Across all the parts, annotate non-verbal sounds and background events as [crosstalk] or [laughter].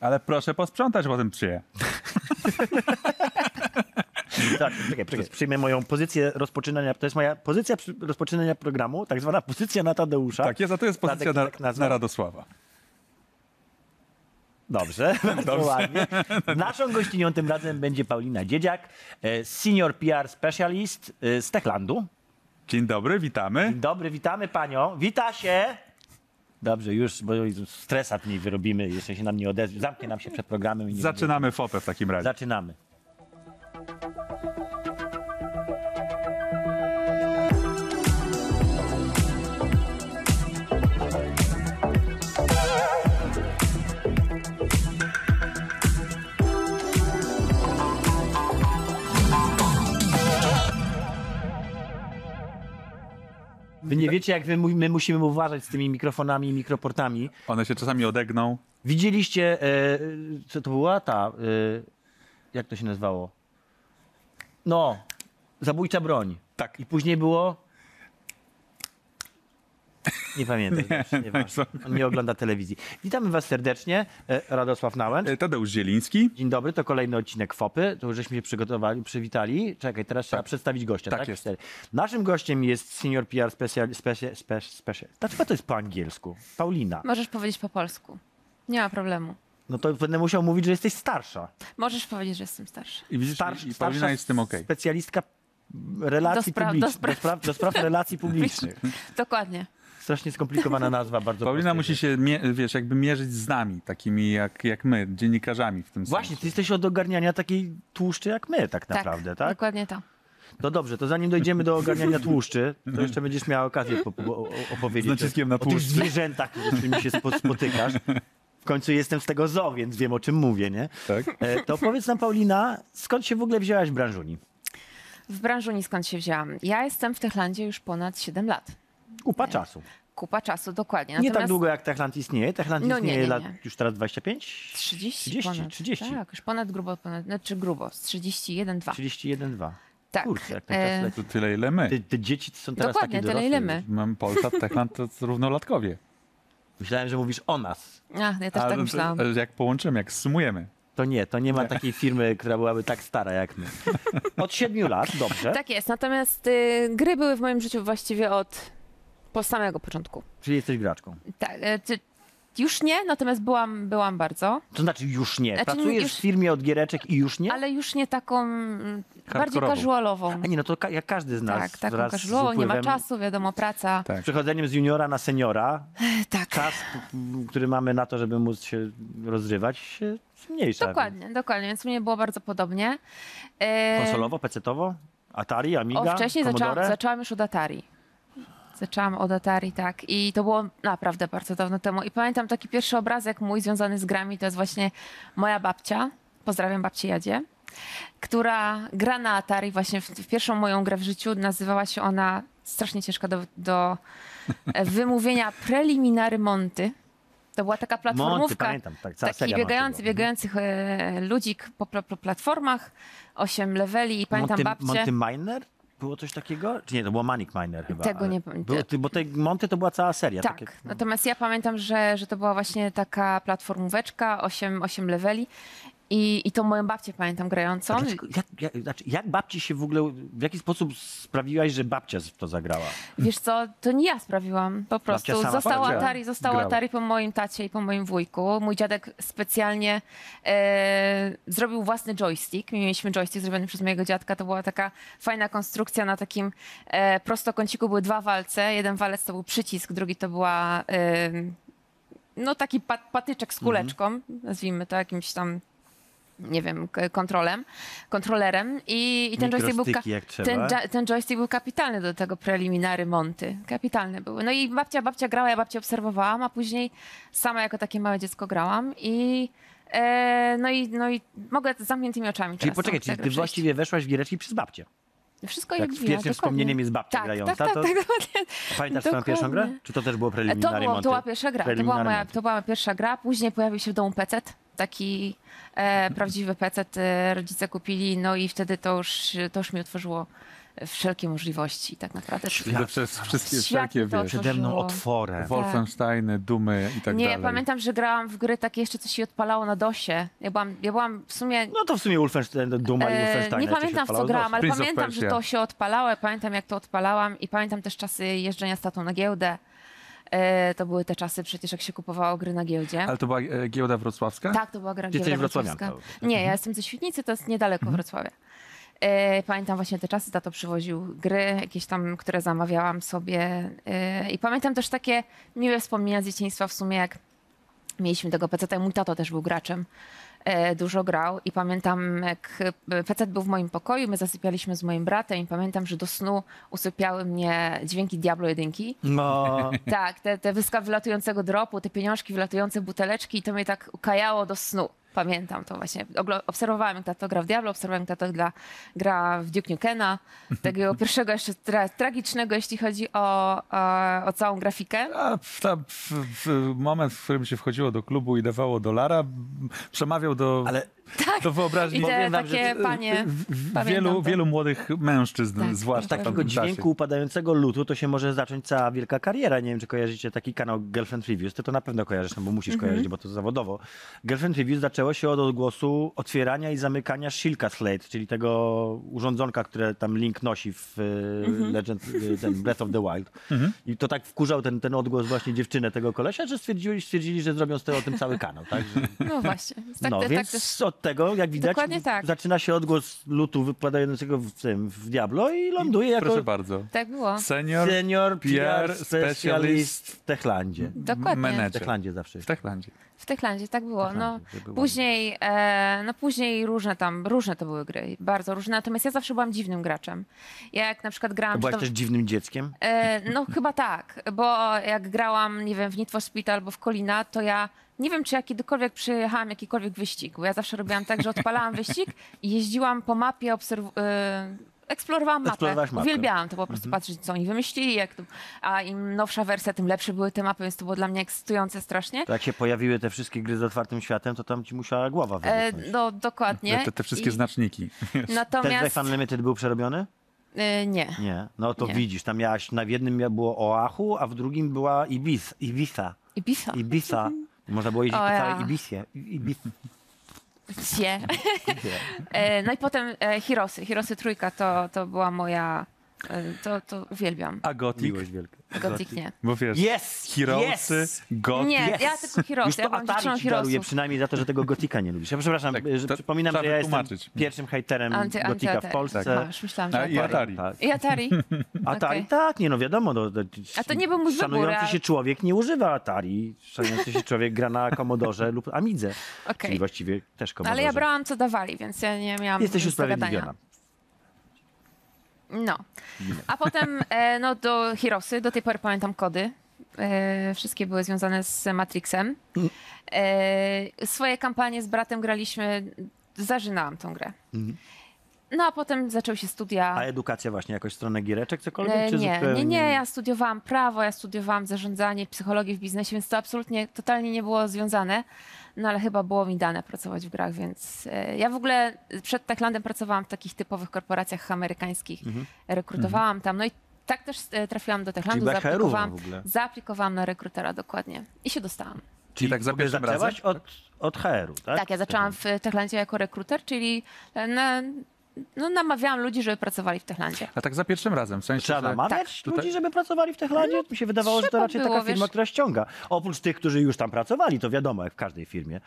Ale proszę posprzątać potem psie. Tak, czekaj, czekaj. Przyjmę moją pozycję rozpoczynania. To jest moja pozycja przy- rozpoczynania programu, tak zwana pozycja na Tadeusza. Tak jest, a to jest pozycja Tadek na, tak nazwał. na Radosława. Dobrze, [laughs] bardzo ładnie. Naszą gościnią tym razem będzie Paulina Dziedziak, e, senior PR specialist e, z Techlandu. Dzień dobry, witamy. Dzień dobry, witamy panią. Wita się! Dobrze, już, bo stresa w niej wyrobimy, jeszcze się nam nie odezwie. Zamknie nam się przed programem. I nie będzie- Zaczynamy fopę w takim razie. Zaczynamy. Wy nie wiecie, jak wy, mu- my musimy uważać z tymi mikrofonami i mikroportami. One się czasami odegną. Widzieliście, e, co to była ta, e, jak to się nazywało? No, zabójcza broń. Tak. I później było... Nie pamiętam. Nie, nie, On nie ogląda telewizji. Witamy was serdecznie, e, Radosław Nałęcz. E, Tadeusz Zieliński. Dzień dobry, to kolejny odcinek FOPy. To już żeśmy się przygotowali, przywitali. Czekaj, teraz trzeba przedstawić gościa. Tak, Tak jest. Cztery. Naszym gościem jest senior PR special, special, special, special. Dlaczego to jest po angielsku? Paulina. Możesz powiedzieć po polsku. Nie ma problemu. No to będę musiał mówić, że jesteś starsza. Możesz powiedzieć, że jestem starsza. I widzisz, Starsz, i- i Paulina starsza jest z tym okej. Specjalistka relacji Do spraw- do publicznych. spraw- Do spraw, do spraw [laughs] relacji publicznych. Dokładnie. Strasznie skomplikowana nazwa, bardzo Paulina prosta musi rzecz. się, mie- wiesz, jakby mierzyć z nami, takimi jak, jak my, dziennikarzami w tym Właśnie, sensie. ty jesteś od ogarniania takiej tłuszczy jak my tak naprawdę, tak? Dokładnie to. No dobrze, to zanim dojdziemy do ogarniania tłuszczy, to jeszcze będziesz miała okazję po, po, opowiedzieć Z naciskiem o, na o tych tłuszcz. zwierzętach, z którymi się spo, spotykasz. W końcu jestem z tego zoo, więc wiem o czym mówię, nie? Tak? E, To powiedz nam Paulina, skąd się w ogóle wzięłaś w branżuni? W branżu ni skąd się wzięłam. Ja jestem w Techlandzie już ponad 7 lat. Kupa czasu. Kupa czasu, dokładnie. Nie tak długo jak Techland istnieje. Techland No nie, istnieje nie, lat nie. już teraz 25? 30, 30, ponad. 30. Tak, już ponad grubo, ponad, znaczy grubo, z 31, 2. 31, 2. Tak. Kurczę, jak ten czas E, leci. To tyle, ile my. Te, te dzieci są teraz takie Dokładnie, tyle dorosłe. ile już. my. Mam Polsat, Techland to równolatkowie. Myślałem, że mówisz o nas. Ach, ja też tak Ale- myślałam. ale Jak połączymy, jak sumujemy. To nie, to nie ma takiej firmy, która byłaby tak stara jak my. Od 7 lat, dobrze. Tak jest, natomiast y, gry były w moim życiu właściwie od po samego początku. Czyli jesteś graczką. Tak, e, czy, już nie, natomiast byłam, byłam bardzo. To znaczy już nie. Znaczy Pracujesz już- w firmie od giereczek i już nie? Ale już nie taką mm, bardziej Hardkorową. casualową. A nie, no to ka- jak każdy z nas. Tak, taką wraz z casualową, nie ma upływem- czasu, wiadomo, praca. Tak. Z przechodzeniem z juniora na seniora, [laughs] Tak, czas, [laughs] który mamy na to, żeby móc się rozrywać, się zmniejsza. dokładnie, dokładnie, więc mnie było bardzo podobnie. E, Konsolowo, pecetowo? Atari, Amiga, O, wcześniej zaczęłam, Commodore? zaczęłam już od Atari. Zaczęłam od Atari, tak. I to było naprawdę bardzo dawno temu. I pamiętam taki pierwszy obrazek mój związany z grami, to jest właśnie moja babcia, pozdrawiam babcię Jadzie, która gra na Atari właśnie w, w pierwszą moją grę w życiu. Nazywała się ona, strasznie ciężka do, do e, wymówienia, [laughs] Preliminary Monty. To była taka platformówka. pamiętam, tak, cała taki seria Monty biegający, była. biegających e, ludzik po, pla- pla- platformach, osiem leveli i pamiętam Monty, babcię. Monty Miner? Było coś takiego? Czy nie, to było Manic Miner chyba. Tego ale nie pamiętam. Było, ty- bo te Monty to była cała seria. Tak, takie- no. natomiast ja pamiętam, że, że to była właśnie taka platformóweczka, 8, 8 leveli i, i to moją babcię pamiętam grającą. A dlaczego- jak, jak, znaczy, jak babci się w ogóle, w jaki sposób sprawiłaś, że babcia w to zagrała? Wiesz co, to nie ja sprawiłam, po prostu. sama Zostało powiedziała. Atari, zostało Grała. Atari po moim tacie i po moim wujku. Mój dziadek specjalnie e, zrobił własny joystick. My mieliśmy joystick zrobiony przez mojego dziadka. To była taka fajna konstrukcja na takim e, prostokąciku. Były dwa walce. Jeden walec to był przycisk, drugi to była... E, no taki pat, patyczek z Mhm. kuleczką, nazwijmy to jakimś tam nie wiem, k- kontrolem, kontrolerem i, i ten joystick był Mikrostyki jak trzeba. ten, dża- ten joystick był kapitalny do tego preliminary Monty. Kapitalne były. No i babcia, babcia grała, ja babcię obserwowałam, a później sama jako takie małe dziecko grałam i e, no i, no i mogę z zamkniętymi oczami Czyli teraz poczekaj, tą czyli grę ty przejść. właściwie weszłaś w giereczki przez babcię. Wszystko jak jak w wina, pierwszym dokładnie. wspomnieniem jest babcia tak, grająca, Tak, to- tak, tak, dokładnie. Pamiętasz swoją Dokładnie. pierwszą grę? Czy to też było E, To, preliminary było, Monty? to była pierwsza gra. To była, Preliminary moja, Monty. to była pierwsza gra. Później pojawił się w domu pecet. Taki [laughs] e, prawdziwy pecet e, rodzice kupili, no i wtedy to już, to już mi otworzyło wszelkie możliwości tak naprawdę. Widzę przez wszystkie Świat wszelkie, to wiesz, Przede mną Otworzyło. otworem. Wolfensteiny, Dumy i tak nie, dalej. pamiętam, że grałam w gry takie jeszcze, co się odpalało na DOSie. Ja byłam, ja byłam w sumie... No to w sumie Wolfenstein, Duma i e, tak, Wolfenstein. nie pamiętam, w co grałam, ale Prince of pamiętam, że Persia. to się odpalało, ja pamiętam, jak to odpalałam i pamiętam też czasy jeżdżenia statą na giełdę. E, to były te czasy przecież, jak się kupowało gry na giełdzie. Ale to była e, giełda wrocławska? Tak, to była gra Ty giełda jesteś wrocławianką. wrocławska. Nie, ja jestem ze Świdnicy, to jest niedaleko Wrocławia. E, Pamiętam właśnie te czasy, tato przywoził gry jakieś tam, które zamawiałam sobie. E, I pamiętam też takie miłe wspomnienia z dzieciństwa w sumie, jak mieliśmy tego PC-ta. Mój tato też był graczem, e, dużo grał i pamiętam, jak e, PC był w moim pokoju, my zasypialiśmy z moim bratem i pamiętam, że do snu usypiały mnie dźwięki Diablo 1. No, Tak, te, te wyska wylatującego dropu, te pieniążki wylatujące buteleczki i to mnie tak ukajało do snu. Pamiętam to właśnie. Oglo- Obserwowałam, jak tato gra w Diablo, obserwowałam, jak tato gra, gra w Duke Nukena, [laughs] takiego pierwszego jeszcze tra- tragicznego, jeśli chodzi o, e, o całą grafikę. A w, ta, w, w moment, w którym się wchodziło do klubu i dawało dolara, m, przemawiał do, ale do wyobraźni I te Powiem wam, że takie w- panie, e, w- w- Tak, pamiętam wielu, to. wielu młodych mężczyzn, Tak, zwłaszcza tak. w takiego tamtym dźwięku czasie. upadającego lutu to się może zacząć cała wielka kariera. Nie wiem, czy kojarzycie taki kanał Girlfriend Reviews. Ty to na pewno kojarzysz, no bo musisz Mhm. kojarzyć, bo to zawodowo. Girlfriend Reviews zaczęło się od odgłosu otwierania i zamykania Shilka Slate, czyli tego urządzonka, które tam Link nosi w y, Mhm. Legend, y, ten Breath of the Wild. I to tak wkurzał ten, ten odgłos właśnie dziewczynę tego kolesia, że stwierdzili, stwierdzili że zrobią z tego tym cały kanał. Tak? Że, No właśnie. Tak, no, tak więc też- od tego, jak widać, Dokładnie tak. zaczyna się odgłos lutu wypadającego w, tym, w Diablo i ląduje Proszę jako bardzo. tak było. Senior, senior PR PR specjalist w Techlandzie. Dokładnie. menedżer. W Techlandzie zawsze w jest. Techlandzie. W Techlandzie tak było. No, Techlandzie, żeby później, e, no później różne tam, różne to były gry, bardzo różne. Natomiast ja zawsze byłam dziwnym graczem. Ja jak na przykład grałam... To czy byłaś to- też dziwnym dzieckiem? E, no chyba tak, bo jak grałam, nie wiem, w Need for Speed albo w Kolina, to ja nie wiem, czy ja kiedykolwiek przyjechałam jakikolwiek wyścig, bo ja zawsze robiłam tak, że odpalałam wyścig i jeździłam po mapie, obserw- e, eksplorowałam mapę. Eksplorowałaś mapkę. Uwielbiałam to po prostu Mhm. patrzeć, co oni wymyślili, jak to, a im nowsza wersja, tym lepsze były te mapy, więc to było dla mnie ekscytujące strasznie. To jak się pojawiły te wszystkie gry z otwartym światem, to tam ci musiała głowa E, wybuchnąć. no dokładnie. Te, te, te wszystkie I- No. znaczniki. [laughs] Ten Natomiast Life Unlimited był przerobiony? e, nie. Nie. No to Nie. widzisz, tam miałaś, na w jednym mia- było Oahu, a w drugim była Ibis, Ibiza. Ibiza. Ibiza. Można było jeździć O po ja. całej Ibizie. Ibizie. Gdzie? E, No i potem e, Hirosy. Hirosy trójka to, to była moja. e, To, to uwielbiam. A Gothic? Miłość wielka. Gothic nie. Bo wiesz, Yes! Heroesy, Yes! Gothic. Nie, Yes! ja tylko Już Hirosy. to Ja byłam dziewczyną Atari ci daruje, Hirosów. przynajmniej za to, że tego gotika nie lubisz. Ja przepraszam, Tak, że to przypominam, trzeba że ja wytłumaczyć. Mhm. jestem pierwszym hejterem Anty, anty, Mm, gotika w Atari. Polsce. Tak, masz, myślałam, A, że I Atari. Atari. Tak. [laughs] I Atari. Atari, Okej. tak, nie no wiadomo. No, to- A to nie był mój wybór, Szanujący a- się człowiek nie używa Atari. Szanujący się człowiek gra na Commodore lub Amidze. Okej. Czyli właściwie też Commodore. Ale ja brałam co dawali, więc ja nie miałam. Jesteś nic do usprawiedliwiona. gadania. No. A potem e, no, do Hirosy, do tej pory pamiętam kody. E, wszystkie były związane z Matrixem. E, swoje kampanie z bratem graliśmy, zażynałam tą grę. No a potem zaczęły się studia. A edukacja właśnie, jakoś w stronę giereczek, cokolwiek? E, czy nie, zupełnie... nie, nie, ja studiowałam prawo, ja studiowałam zarządzanie, psychologię w biznesie, więc to absolutnie, totalnie nie było związane. No ale chyba było mi dane pracować w grach, więc e, ja w ogóle przed Techlandem pracowałam w takich typowych korporacjach amerykańskich, Mhm. rekrutowałam tam, no i tak też e, trafiłam do Techlandu, byłaś HR-ową zaaplikowałam, w ogóle. zaaplikowałam na rekrutera dokładnie i się dostałam. Czyli tak za w ogóle pierwszym razem? zaczęłaś od, od HR-u, tak? Tak, ja zaczęłam w Techlandzie jako rekruter, czyli e, na, no, namawiałam ludzi, żeby pracowali w Techlandzie. A tak za pierwszym razem, w sensie, Trzeba że... tak, namawiać Tutaj- ludzi, żeby pracowali w Techlandzie? Mi się wydawało, że to tak, No, trzeba raczej było, taka firma, wiesz. która ściąga. Oprócz tych, którzy już tam pracowali, to wiadomo, jak w każdej firmie.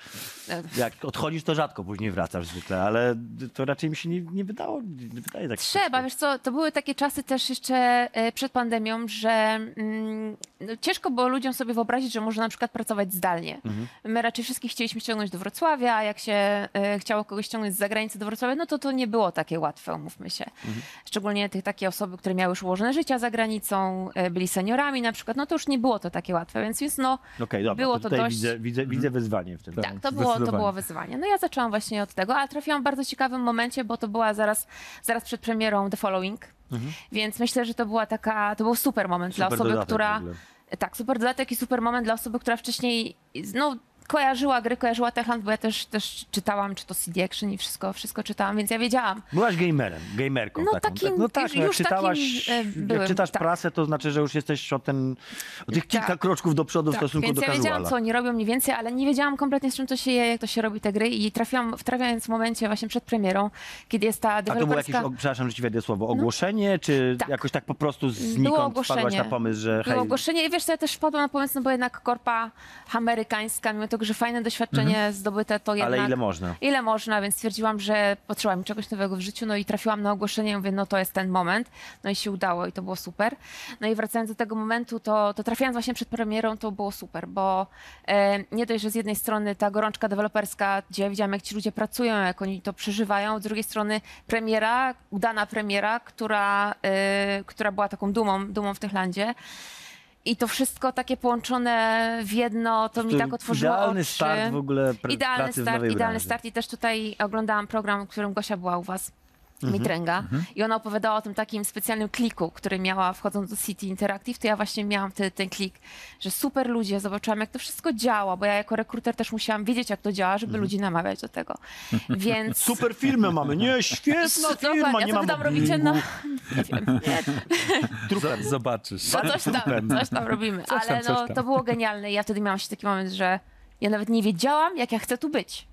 E, Jak odchodzisz, to rzadko później wracasz zwykle, ale to raczej mi się nie, nie wydało. Nie wydaje tak Trzeba, wiesz co, to były takie czasy też jeszcze e, przed pandemią, że mm, no, ciężko było ludziom sobie wyobrazić, że można na przykład pracować zdalnie. My raczej wszystkich chcieliśmy ściągnąć do Wrocławia, a jak się e, chciało kogoś ściągnąć z zagranicy do Wrocławia, no to to nie było takie łatwe, umówmy się. Szczególnie tych takie osoby, które miały już ułożone życie za granicą, e, byli seniorami na przykład, no to już nie było to takie łatwe, więc jest no... Okej, dobra, było to to tutaj dość- widzę, widzę, widzę wyzwanie w tym. Tak, to było, to zdecydowanie. było wyzwanie. No ja zaczęłam właśnie od tego, ale trafiłam w bardzo ciekawym momencie, bo to była zaraz, zaraz przed premierą The Following, więc myślę, że to była taka, to był super moment Mhm. Super dla osoby, dodatek w która... ogóle. Tak, super dodatek i super moment dla osoby, która wcześniej no, kojarzyła gry, kojarzyła Techland, bo ja też, też czytałam, czy to CD Action i wszystko, wszystko czytałam, więc ja wiedziałam. Byłaś gamerem, gamerką No taką. takim- tak? no tak, już- no jak już czytałaś, takim, e, byłem, jak czytasz tak. prasę, to znaczy, że już jesteś o, ten, o tych kilka Tak. kroczków do przodu w Tak, stosunku więc do ja wiedziałam, casuala. co oni robią mniej więcej, ale nie wiedziałam kompletnie, z czym to się je, jak to się robi te gry i trafiłam, trafiając w momencie właśnie przed premierą, kiedy jest ta A to było jakieś, deweloperska... o, przepraszam, że ci wejdę słowo, ogłoszenie, czy No. Tak. jakoś tak po prostu znikąd wpadłaś na ogłoszenie. pomysł, że Było hej, ogłoszenie i No, wiesz co, ja też wpadłam na pomysł, no bo jednak korpa amerykańska, mimo tego, że fajne doświadczenie zdobyte, to jednak... Mhm. ale ile można? ile można, więc stwierdziłam, że potrzeba mi czegoś nowego w życiu, no i trafiłam na ogłoszenie, mówię, no to jest ten moment, no i się udało i to było super. No i wracając do tego momentu, to, to trafiając właśnie przed premierą, to było super, bo e, nie dość, że z jednej strony ta gorączka deweloperska, gdzie ja widziałam, jak ci ludzie pracują, jak oni to przeżywają, z drugiej strony premiera, udana premiera, która, e, która była taką dumą, dumą w Techlandzie. I to wszystko takie połączone w jedno, to mi tak otworzyło Idealny oczy start w ogóle pr- idealny pracy w start, nowej idealny branży. start i też tutaj oglądałam program, w którym Gosia była u was. Mhm. Mitręga. I ona opowiadała o tym takim specjalnym kliku, który miała wchodząc do City Interactive, to ja właśnie miałam te, ten klik, że super ludzie, zobaczyłam jak to wszystko działa, bo ja jako rekruter też musiałam wiedzieć jak to działa, Mhm. żeby ludzi namawiać do [laughs] tego. Więc... no Super firmę mamy, nie, [laughs] świetna firma, nie Dokładnie, a co mam wy tam robicie? No, nie wiem, nie, Z- Zobaczysz. no coś tam, coś tam robimy. Coś tam, Ale coś no, tam. to było genialne i ja wtedy miałam się taki moment, że ja nawet nie wiedziałam, jak ja chcę tu być.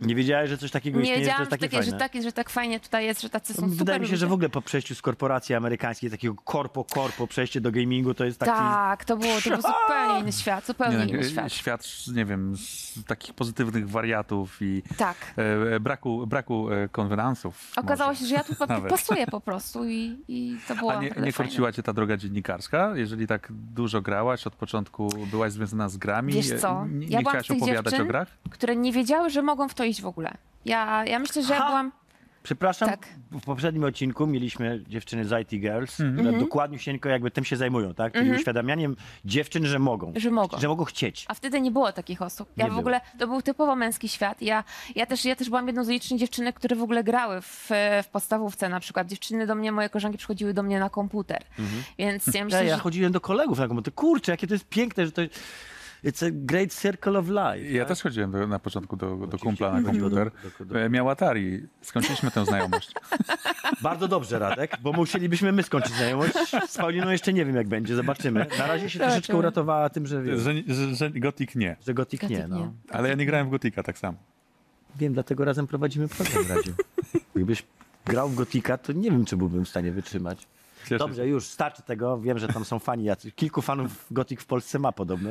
Nie wiedziałeś, że coś takiego Nie istnieje, że to wiedziałam, jest że, takie takie, że, fajne. tak, że tak fajnie tutaj jest, że tacy są super Wydaje mi się, ludzie. że w ogóle po przejściu z korporacji amerykańskiej, takiego korpo-korpo, przejście do gamingu, to jest taki... Tak, to było, to był zupełnie inny świat, Nie, zupełnie inny e, świat. świat, nie wiem, z takich pozytywnych wariatów i Tak. e, e, braku, braku e, konwenansów. Okazało może. się, że ja tu pa- Nawet. pasuję po prostu i, i to było A nie, naprawdę nie fajne. korciła cię ta droga dziennikarska? Jeżeli tak dużo grałaś, od początku byłaś związana z grami, Wiesz co, e, nie, ja nie byłam z chciałaś tych opowiadać dziewczyn, o grach? które nie wiedziały, że mogą w to iść w ogóle. Ja, ja myślę, że Ha! ja byłam... Przepraszam, Tak. w poprzednim odcinku mieliśmy dziewczyny z IT Girls, które Mhm. dokładniusieńko jakby tym się zajmują, tak? Czyli uświadamianiem dziewczyn, że mogą. Że mogą. Że mogą chcieć. A wtedy nie było takich osób. Ja Nie w ogóle, to był typowo męski świat. Ja, ja, też, ja też byłam jedną z licznych dziewczyny, które w ogóle grały w, e, w podstawówce na przykład. Dziewczyny do mnie, moje koleżanki przychodziły do mnie na komputer. Więc ja Ja, myślę, ja że chodziłem do kolegów na komentarz. Kurczę, jakie to jest piękne, że to... It's a great circle of life. Tak. Ja też chodziłem do, na początku do, do kumpla na chodziło do- komputer. do- do- E, Miał Atari. Skończyliśmy tę znajomość. Bardzo dobrze, Radek, bo musielibyśmy my skończyć znajomość. Z Pauliną jeszcze nie wiem, jak będzie, zobaczymy. Na razie Tak, się troszeczkę uratowała tym, że, [laughs] wiesz, Że, że, że Gothic nie. że Gotik nie. Gotik nie. No. Ale ja nie grałem w Gotika tak samo. Wiem, dlatego razem prowadzimy program, Radziu. Gdybyś grał w Gotika, to nie wiem, czy byłbym w stanie wytrzymać. Cieszę Dobrze, już starczy tego. Wiem, że tam są fani. jacy- Kilku fanów Gothic w Polsce ma podobno.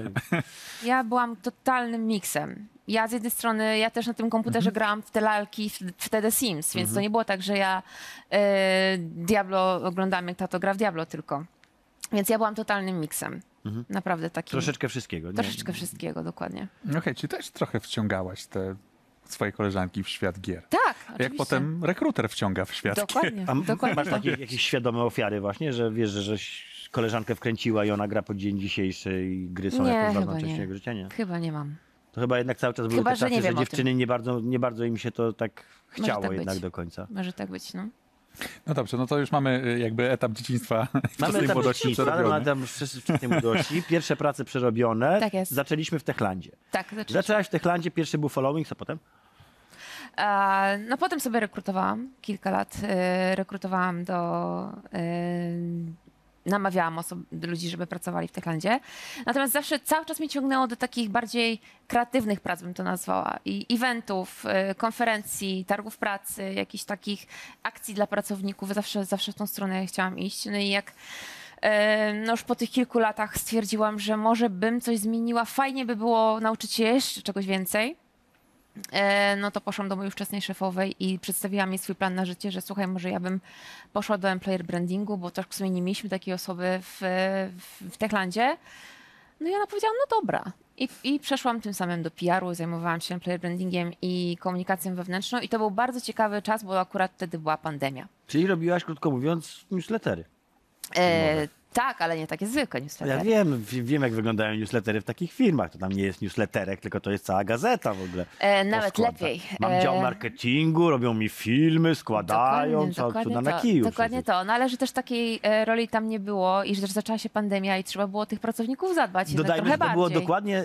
Ja byłam totalnym miksem. Ja z jednej strony, ja też na tym komputerze grałam w te lalki, w, w te The Sims, więc to nie było tak, że ja e, Diablo oglądam, jak tato gra w Diablo tylko. Więc ja byłam totalnym miksem. Naprawdę takim. Troszeczkę wszystkiego. Nie? troszeczkę wszystkiego, dokładnie. Okej, No czy też trochę wciągałaś te swoje koleżanki w świat gier. Tak, oczywiście. Jak potem rekruter wciąga w świat gier. Dokładnie, A m- dokładnie. tak. masz takie, jakieś świadome ofiary właśnie, że wiesz, że żeś koleżankę wkręciła i ona gra po dzień dzisiejszy i gry są Nie, jakąś chyba ważną nie. częścią jego życia, nie? Chyba nie mam. To chyba jednak cały czas były Chyba, te że czasy, nie że, wiem o tym. dziewczyny nie bardzo, nie bardzo im się to tak Może chciało tak być. jednak do końca. Może tak być, no. No dobrze, no to już mamy y, jakby etap dzieciństwa i [laughs] Mamy wczesnej tam młodości dzieciństwa, przerobiony. mamy tam wczes- wczesnej młodości, pierwsze prace przerobione. Tak jest. Zaczęliśmy w Techlandzie. Tak, zaczęliśmy. Zaczęłaś w Techlandzie, pierwszy był following, co potem? A, no potem sobie rekrutowałam, kilka lat e, rekrutowałam do... e, Namawiałam osob- ludzi, żeby pracowali w Techlandzie. Natomiast zawsze cały czas mnie ciągnęło do takich bardziej kreatywnych prac, bym to nazwała. I eventów, e, konferencji, targów pracy, jakichś takich akcji dla pracowników. Zawsze, zawsze w tą stronę chciałam iść. No i jak e, no już po tych kilku latach stwierdziłam, że może bym coś zmieniła, fajnie by było nauczyć się jeszcze czegoś więcej. E, no to poszłam do mojej ówczesnej szefowej i przedstawiłam jej swój plan na życie, że słuchaj, może ja bym poszła do employer brandingu, bo też w sumie nie mieliśmy takiej osoby w, w, w Techlandzie. No i ona powiedziała, no dobra. I, I przeszłam tym samym do PR-u, zajmowałam się employer brandingiem i komunikacją wewnętrzną i to był bardzo ciekawy czas, bo akurat wtedy była pandemia. Czyli robiłaś, krótko mówiąc, newslettery. E, Tak, ale nie takie zwykłe newslettery. Ja wiem, wi- wiem jak wyglądają newslettery w takich firmach. To tam nie jest newsletterek, tylko to jest cała gazeta w ogóle. E, nawet Poskłada- lepiej. Mam E, dział marketingu, robią mi filmy, składają, co cuda na to, kiju. dokładnie to, no ale że też takiej e, roli tam nie było i że też zaczęła się pandemia i trzeba było tych pracowników zadbać jednak Dodajmy, tak trochę że to było bardziej. dokładnie,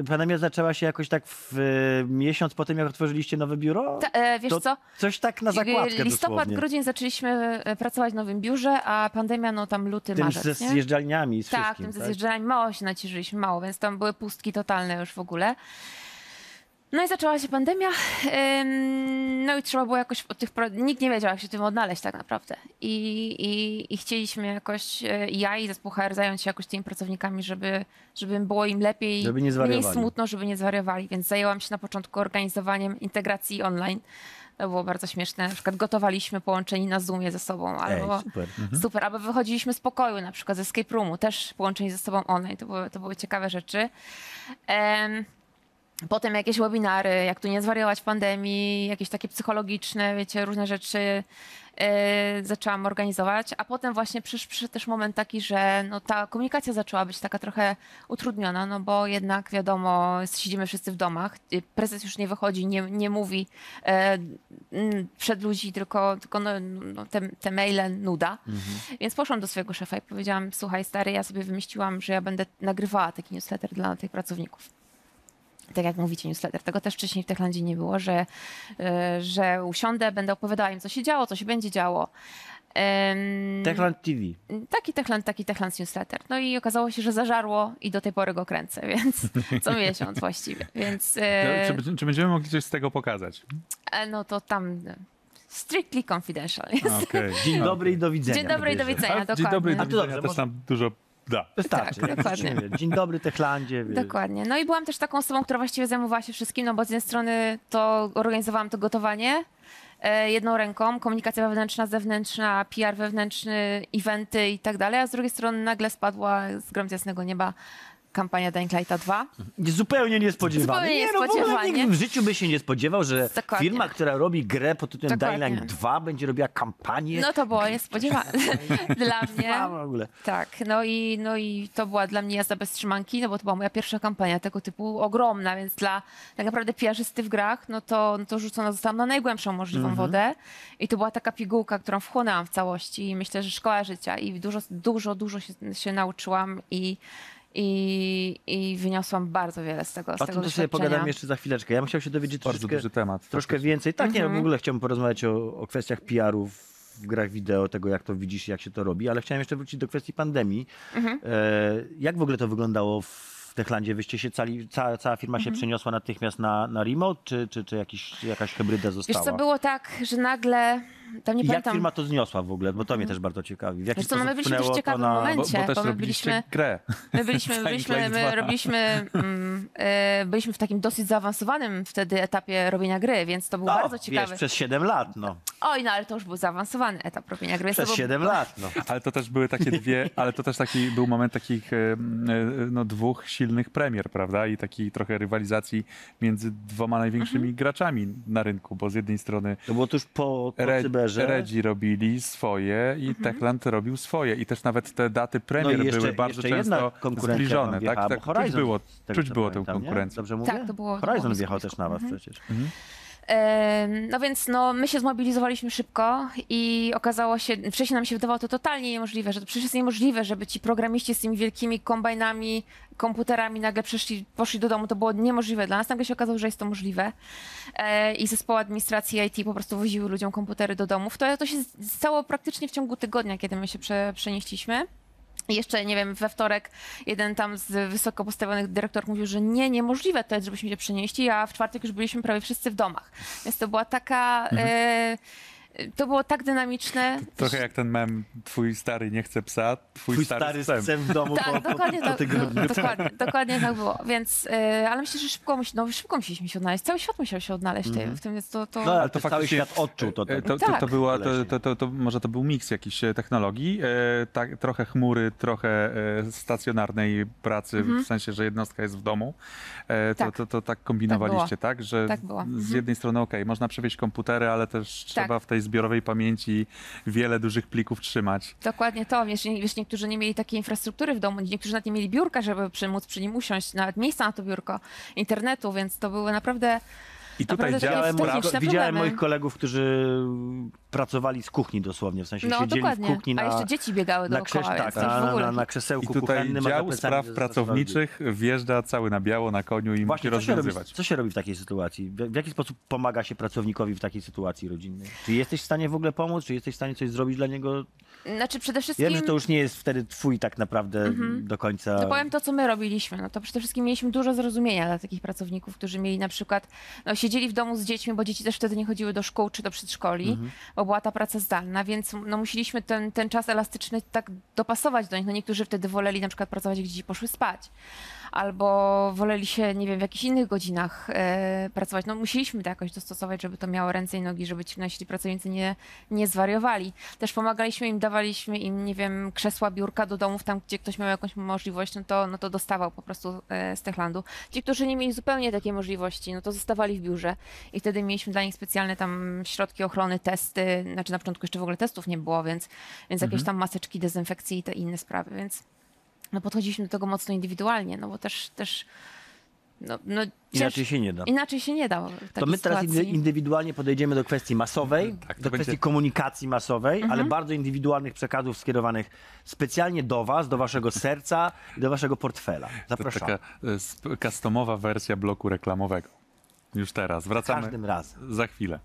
y, pandemia zaczęła się jakoś tak w y, miesiąc po tym, jak otworzyliście nowe biuro. Ta, e, wiesz to co? Y, Coś tak na zakładkę Listopad, dosłownie. grudzień zaczęliśmy e, pracować w nowym biurze, a pandemia no tam luty, Tym marzec. ze nie? zjeżdżalniami i z Tak, wszystkim. tym ze zjeżdżaniami mało się nacieszyliśmy, mało, więc tam były pustki totalne już w ogóle. No i zaczęła się pandemia, ym, no i trzeba było jakoś od tych, pro- nikt nie wiedział jak się tym odnaleźć tak naprawdę i, i, i chcieliśmy jakoś, e, ja i zespół HR zająć się jakoś tymi pracownikami, żeby, żeby im było im lepiej, Żeby nie mniej zwariowali. smutno, żeby nie zwariowali, więc zajęłam się na początku organizowaniem integracji online. To było bardzo śmieszne, na przykład gotowaliśmy połączeni na Zoomie ze sobą Ej, albo... super. Super, albo wychodziliśmy z pokoju, na przykład ze escape roomu, też połączeni ze sobą online, to były, to były ciekawe rzeczy. Em, potem jakieś webinary, jak tu nie zwariować pandemii, jakieś takie psychologiczne, wiecie, różne rzeczy e, zaczęłam organizować, a potem właśnie przysz, przyszedł też moment taki, że no, ta komunikacja zaczęła być taka trochę utrudniona, no bo jednak wiadomo, siedzimy wszyscy w domach, y, prezes już nie wychodzi, nie, nie mówi e, mm, przed ludzi, tylko, tylko no, no, te, te maile nuda. Więc poszłam do swojego szefa i powiedziałam, słuchaj stary, ja sobie wymyśliłam, że ja będę nagrywała taki newsletter dla tych pracowników tak jak mówicie, newsletter. Tego też wcześniej w Techlandzie nie było, że, e, że usiądę, będę opowiadała im, co się działo, co się będzie działo. Em, Techland TV. Taki Techland, taki Techland newsletter. No i okazało się, że zażarło i do tej pory go kręcę, [laughs] więc co miesiąc właściwie. Więc e, No, Czy, czy- czy będziemy mogli coś z tego pokazać? e, no to tam e, strictly confidential. Jest. [laughs] Okej. Dzień dobry i do widzenia. Dzień dobry i do powiedziałem. widzenia, A, Dzień dokładnie. dobry i do A to widzenia, dobrze, też może- nam dużo da. Wystarczy. Tak, jak już dokładnie. nie wiem. Dzień dobry Techlandzie. wiesz. Dokładnie. No i byłam też taką osobą, która właściwie zajmowała się wszystkim, no bo z jednej strony to organizowałam to gotowanie e, jedną ręką, komunikacja wewnętrzna, zewnętrzna, PR wewnętrzny, eventy i tak dalej, a z drugiej strony nagle spadła z grom z jasnego nieba kampania Dying Lighta 2. Zupełnie niespodziewanie. Zupełnie nie, no, w, ogóle niespodziewanie. nikt w życiu by się nie spodziewał, że Dokładnie. firma, która robi grę pod tytułem Dokładnie. Dying Light 2 będzie robiła kampanię. No to było niespodziewane [laughs] dla mnie. A, w ogóle. Tak, no i, no i to była dla mnie jazda bez trzymanki, no bo to była moja pierwsza kampania tego typu, ogromna, więc dla tak naprawdę piarzysty w grach, no to, no to rzucona zostałam na najgłębszą możliwą Mhm. wodę i to była taka pigułka, którą wchłonęłam w całości i myślę, że szkoła życia i dużo, dużo, dużo się, się nauczyłam i, i, i wyniosłam bardzo wiele z tego, z O tym tego to sobie doświadczenia. pogadamy jeszcze za chwileczkę. Ja musiał się dowiedzieć Bardzo troszeczkę, duży temat. troszkę więcej. Tak, nie, Mhm. w ogóle chciałbym porozmawiać o, o kwestiach PR-u w- w grach wideo, tego jak to widzisz, jak się to robi, ale chciałem jeszcze wrócić do kwestii pandemii. Mhm. E, jak w ogóle to wyglądało w Techlandzie? Wyście się cali, cała, cała firma Mhm. się przeniosła natychmiast na, na remote, czy, czy, czy jakiś, jakaś hybryda Wiesz została? co, było tak, że nagle, tam nie I jak pamiętam... firma to zniosła w ogóle? Bo to mnie też bardzo ciekawi. W jaki Wiesz co, no my sposób byliśmy też wpłynęło to ciekawym na... Bo, momencie, bo też bo my robiliście byliśmy- grę. My byliśmy, Dying byliśmy, Light 2. my robiliśmy, mm, e, byliśmy w takim dosyć zaawansowanym wtedy etapie robienia gry, więc to był No, bardzo ciekawy. Wiesz, przez 7 lat, no. Oj, no ale to już był zaawansowany etap robienia gry. więc to Przez był- 7 lat, no. Ale to też były takie [laughs] dwie, ale to też taki był moment takich e, e, no, dwóch silnych premier, prawda? I takiej trochę rywalizacji między dwoma największymi Mhm. graczami na rynku, bo z jednej strony To było tuż po, po Red, cyberze. Mhm. Redzi robili swoje i Techland robił swoje. I też nawet te daty premier No i jeszcze- były bardzo jeszcze jedna często konkurencja zbliżone. wam wjechała, Tak, tak, bo czuć Horizon było, z tego, czuć co było tę pamiętam, nie? konkurencję. Dobrze mówię? Tak, to było- to Horizon było wjechał blisko, też na was przecież. Em, No więc no, my się zmobilizowaliśmy szybko i okazało się, wcześniej nam się wydawało to totalnie niemożliwe, że to przecież jest niemożliwe, żeby ci programiści z tymi wielkimi kombajnami, komputerami nagle przeszli, poszli do domu, to było niemożliwe dla nas, nagle się okazało, że jest to możliwe E, i zespoły administracji IT po prostu woziły ludziom komputery do domów. To, to się stało praktycznie w ciągu tygodnia, kiedy my się prze, przenieśliśmy. I Jeszcze, nie wiem, we wtorek jeden tam z wysoko postawionych dyrektorów mówił, że nie, niemożliwe to jest, żebyśmy się przenieśli, a w czwartek już byliśmy prawie wszyscy w domach. Więc to była taka... Mhm. E, to było tak dynamiczne. Trochę jak ten mem, twój stary nie chce psa, twój, Twój stary stary z psem. z psem w domu po, Tak, po, dokładnie, po, po tak, tygodniu. dokładnie, dokładnie tak było. Więc, e, ale myślę, że szybko, musi, no, szybko musieliśmy się odnaleźć. Cały świat musiał się odnaleźć w tym- w tym, więc to... to... No, ale to cały faktycznie- świat odczuł to. E, Tak. To, to, Tak. to, była, to, to, to, to może to był miks jakichś e, technologii, e, tak, trochę chmury, trochę e, stacjonarnej pracy, w sensie, że jednostka jest w domu. E, to, Mhm. Tak. to, to tak kombinowaliście, tak? Że Tak było. Tak. z jednej strony okej, można przewieźć komputery, ale też trzeba w tej naszej zbiorowej pamięci wiele dużych plików trzymać. Dokładnie to. Wiesz, nie- wiesz, niektórzy nie mieli takiej infrastruktury w domu, niektórzy nawet nie mieli biurka, żeby przy, móc przy nim usiąść, nawet miejsca na to biurko, internetu, więc to były naprawdę... I tutaj Naprawdę działa takie Widziałem, jest spraw... techniczne moich, widziałem problemy. moich kolegów, którzy pracowali z kuchni dosłownie, w sensie No siedzieli dokładnie. w kuchni na, A jeszcze dzieci biegały na, dookoła, krzesz, tak, więc to już w na, ogóle... na, na I krzesełku tutaj kuchennym. a za dział plecami spraw ze- ze- pracowniczych wjeżdża cały na biało na koniu i musi Właśnie, co się, robi, rozwiązywać. co się robi w takiej sytuacji? W w jaki sposób pomaga się pracownikowi w takiej sytuacji rodzinnej? Czy jesteś w stanie w ogóle pomóc? Czy jesteś w stanie coś zrobić dla niego? Znaczy przede wszystkim... Wiem, że to już nie jest wtedy twój tak naprawdę do końca. No powiem to, co my robiliśmy. No to przede wszystkim mieliśmy dużo zrozumienia dla takich pracowników, którzy mieli na przykład, no siedzieli w domu z dziećmi, bo dzieci też wtedy nie chodziły do szkół czy do przedszkoli, Mhm. bo była ta praca zdalna, więc no musieliśmy ten, ten czas elastyczny tak dopasować do nich. No niektórzy wtedy woleli na przykład pracować, gdzie dzieci poszły spać. Albo woleli się, nie wiem, w jakichś innych godzinach e, pracować. No musieliśmy to jakoś dostosować, żeby to miało ręce i nogi, żeby ci nasi pracownicy nie, nie zwariowali. Też pomagaliśmy im, dawaliśmy im, nie wiem, krzesła, biurka do domów, tam gdzie ktoś miał jakąś możliwość, no to, no to dostawał po prostu e, z Techlandu. Ci, którzy nie mieli zupełnie takiej możliwości, no to zostawali w biurze i wtedy mieliśmy dla nich specjalne tam środki ochrony, testy, znaczy na początku jeszcze w ogóle testów nie było, więc, więc jakieś tam maseczki, dezynfekcje i te inne sprawy, więc no podchodziliśmy do tego mocno indywidualnie, no bo też, też no, no Inaczej cięż- się nie da. inaczej się nie dało. w To takiej my teraz indy- sytuacji. indywidualnie podejdziemy do kwestii masowej, Tak, to do będzie- kwestii komunikacji masowej, Mhm. ale bardzo indywidualnych przekazów skierowanych specjalnie do Was, do Waszego serca i do Waszego portfela. To Zapraszam. taka e, sp- customowa wersja bloku reklamowego. Już teraz. Wracamy Każdym razem. za chwilę.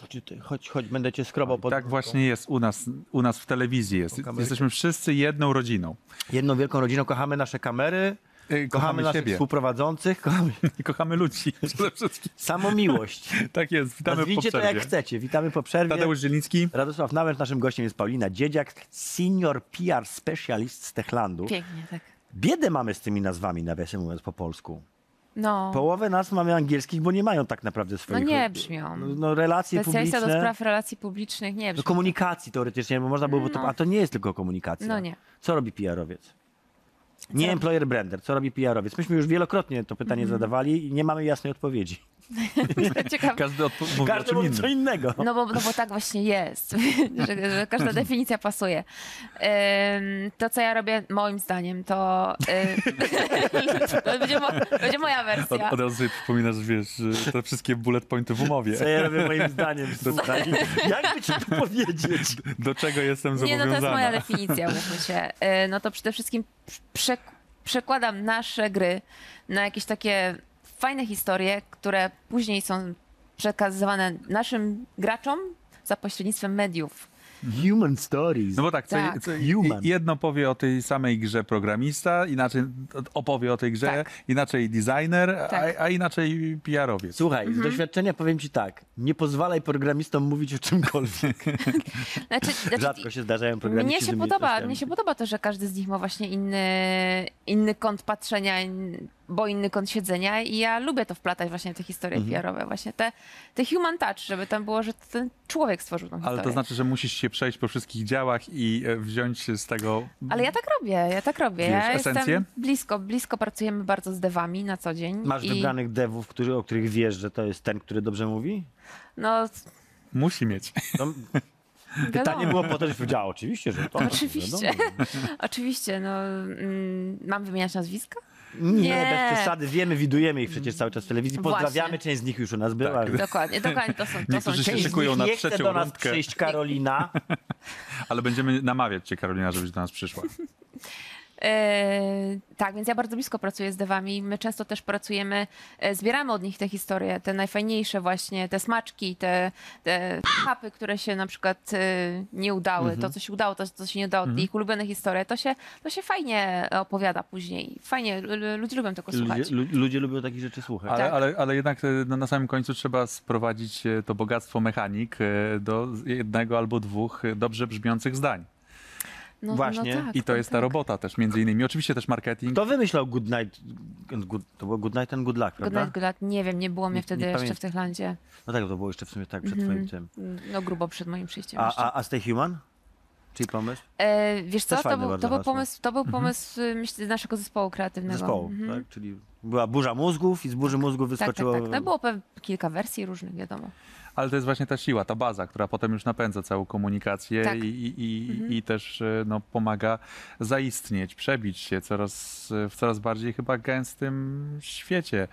Chodź, ty- chodź, chodź, będę Cię skrobał pod tak właśnie jest u nas, u nas w telewizji. Jest. kamerkę. Jesteśmy wszyscy jedną rodziną. [laughs] jedną wielką rodziną. Kochamy nasze kamery, E, kochamy Kochamy, naszych siebie [laughs] współprowadzących, kochamy i kochamy ludzi przede wszystkim. samą miłość. Tak jest, witamy po Nazwijcie No, to jak przerwie. chcecie. Witamy po przerwie. Tadeusz Zieliński. Radosław Nałęcz, naszym gościem jest Paulina Dziedziak, senior PR specjalist z Techlandu. Pięknie, tak. Biedę mamy z tymi nazwami, nawiasem mówiąc po polsku. No. Połowę nas mamy angielskich, bo nie mają tak naprawdę swoich... nie brzmią. No, no, relacje Specjalista publiczne, do spraw relacji publicznych, nie no, brzmi. komunikacji teoretycznie, bo można byłoby to... No. A to nie jest tylko komunikacja. No nie. Co robi PR-owiec? Nie robi? Mhm. employer brander, co robi PR-owiec? Myśmy już wielokrotnie to pytanie zadawali i nie mamy jasnej odpowiedzi. [laughs] Ciekawe. Każdy odpo- mówi o Każdy czym mówi co innym. innego. No bo, no bo tak właśnie jest, [laughs] że, że [laughs] każda definicja pasuje. Ym, To, co ja robię, moim zdaniem, to... y, [laughs] to będzie, mo, będzie [laughs] moja Od, wersja. od razu sobie przypominasz, wiesz, e, te wszystkie bullet pointy w umowie. Co ja robię moim zdaniem, słuchaj. Jakby ci to powiedzieć? Do czego jestem Nie, no zobowiązana. to jest moja definicja, mówmy się. Y, No to przede wszystkim przek- przekładam nasze gry na jakieś takie fajne historie, które później są przekazywane naszym graczom za pośrednictwem mediów. Human stories. No bo tak, co, Tak. Co, Human. i- jedno powie o tej samej grze programista, inaczej opowie o tej grze, Tak. inaczej designer, Tak. a, a inaczej PR-owiec. Słuchaj, z Mhm. doświadczenia powiem ci tak. Nie pozwalaj programistom mówić o czymkolwiek. Znaczy, znaczy, Rzadko się zdarzają programiści. Mnie z się tymi podoba, umiejętnościami. mnie się podoba to, że każdy z nich ma właśnie inny, inny kąt patrzenia, in, bo inny kąt siedzenia i ja lubię to wplatać właśnie w te historie Mhm. PR-owe, właśnie te, te human touch, żeby tam było, że to ten człowiek stworzył tą historię. Ale to znaczy, że musisz się przejść po wszystkich działach i e, wziąć się z tego. Ale ja tak robię, ja tak robię. Wiesz, ja esencję? jestem blisko, blisko pracujemy bardzo z devami na co dzień. Masz i, wybranych devów, którzy, o których wiesz, że to jest ten, który dobrze mówi? No, Musi mieć. [laughs] No, wiadomo. pytanie było po to, żebyś powiedziała, oczywiście, że [laughs] to. No. Oczywiście. Oczywiście, no, mm, mam wymieniać [laughs] nazwiska? Nie, Nie. bez przesady. Wiemy, widujemy ich przecież cały czas w telewizji. Właśnie. Pozdrawiamy, część z nich już u nas była. Dokładnie, dokładnie, to są, to są Niektórzy się ci. Część z szykują nich na nie chce trzecią do nas rundkę. przyjść [laughs] Karolina. Ale będziemy namawiać cię, Karolina, żebyś do nas [laughs] przyszła. Tak. E, tak, więc ja bardzo blisko pracuję z dewami. My często też pracujemy, e, zbieramy od nich te historie, te najfajniejsze właśnie, te smaczki, te, te hapy, które się na przykład e, nie udały, to co się udało, to co się nie udało, ich ulubione historie, to się, to się fajnie opowiada później. Fajnie, l- l- ludzie lubią tego słuchać. No, Ludzie, lu- ludzie lubią takich rzeczy słuchać. Ale, Tak. ale, ale jednak e, no, na samym końcu trzeba sprowadzić e, to bogactwo mechanik e, do jednego albo dwóch e, dobrze brzmiących zdań. No, Właśnie. I to tak. jest ta robota też między innymi. Oczywiście też marketing. Kto wymyślał Good Night, and good, to było Good Night and Good Luck, Good prawda? night, good luck. Nie wiem, nie było mnie Nie- wtedy nie jeszcze w pamiętam. Techlandzie. No tak, to było jeszcze w sumie tak przed twoim tym. No grubo przed moim przyjściem. A, jeszcze. a, a Stay Human? Czyli pomysł? E, wiesz co, fajne to był, bardzo to był hasło. pomysł, to był pomysł myślę, naszego zespołu kreatywnego. Zespołu, Mhm. tak? Czyli Była burza mózgów i z burzy mózgów Tak, tak, wyskoczyło... tak. No było pe- kilka wersji różnych, wiadomo. Ale to jest właśnie ta siła, ta baza, która potem już napędza całą komunikację Tak. i, i, i, i też e, no, pomaga zaistnieć, przebić się coraz, e, w coraz bardziej chyba gęstym świecie.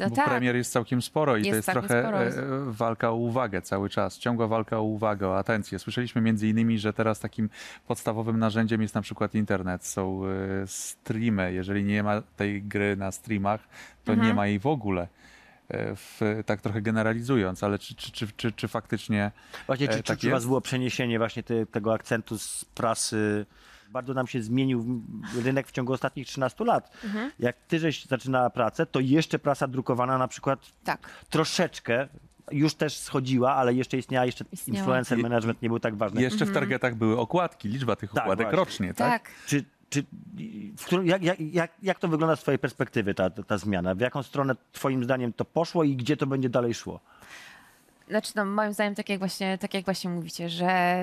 No bo tak. premier jest całkiem sporo i to Jest jest całkiem trochę sporo. e, e, walka o uwagę cały czas, ciągła walka o uwagę, o atencję. Słyszeliśmy między innymi, że teraz takim podstawowym narzędziem jest na przykład internet, są e, streamy. Jeżeli nie ma tej gry na streamach, to nie Mhm. ma jej w ogóle. E, W, tak trochę generalizując, ale czy, czy, czy, czy, czy faktycznie Właśnie, czy, E, czy, tak czy u was jest? było przeniesienie właśnie te, tego akcentu z prasy? Bardzo nam się zmienił m, rynek w ciągu ostatnich 13 lat. Jak ty żeś zaczynała pracę, to jeszcze prasa drukowana na przykład Tak. troszeczkę już też schodziła, ale jeszcze istniała, jeszcze Istniała. influencer Je- management nie był tak ważny. jeszcze w targetach były okładki, liczba tych Tak, okładek właśnie. rocznie, tak? Mhm. Tak. Czy, czy, w którym, jak, jak, jak, jak to wygląda z twojej perspektywy ta, ta zmiana? W jaką stronę twoim zdaniem to poszło i gdzie to będzie dalej [laughs] szło? Znaczy, no, moim zdaniem, tak jak właśnie, tak jak właśnie mówicie, że,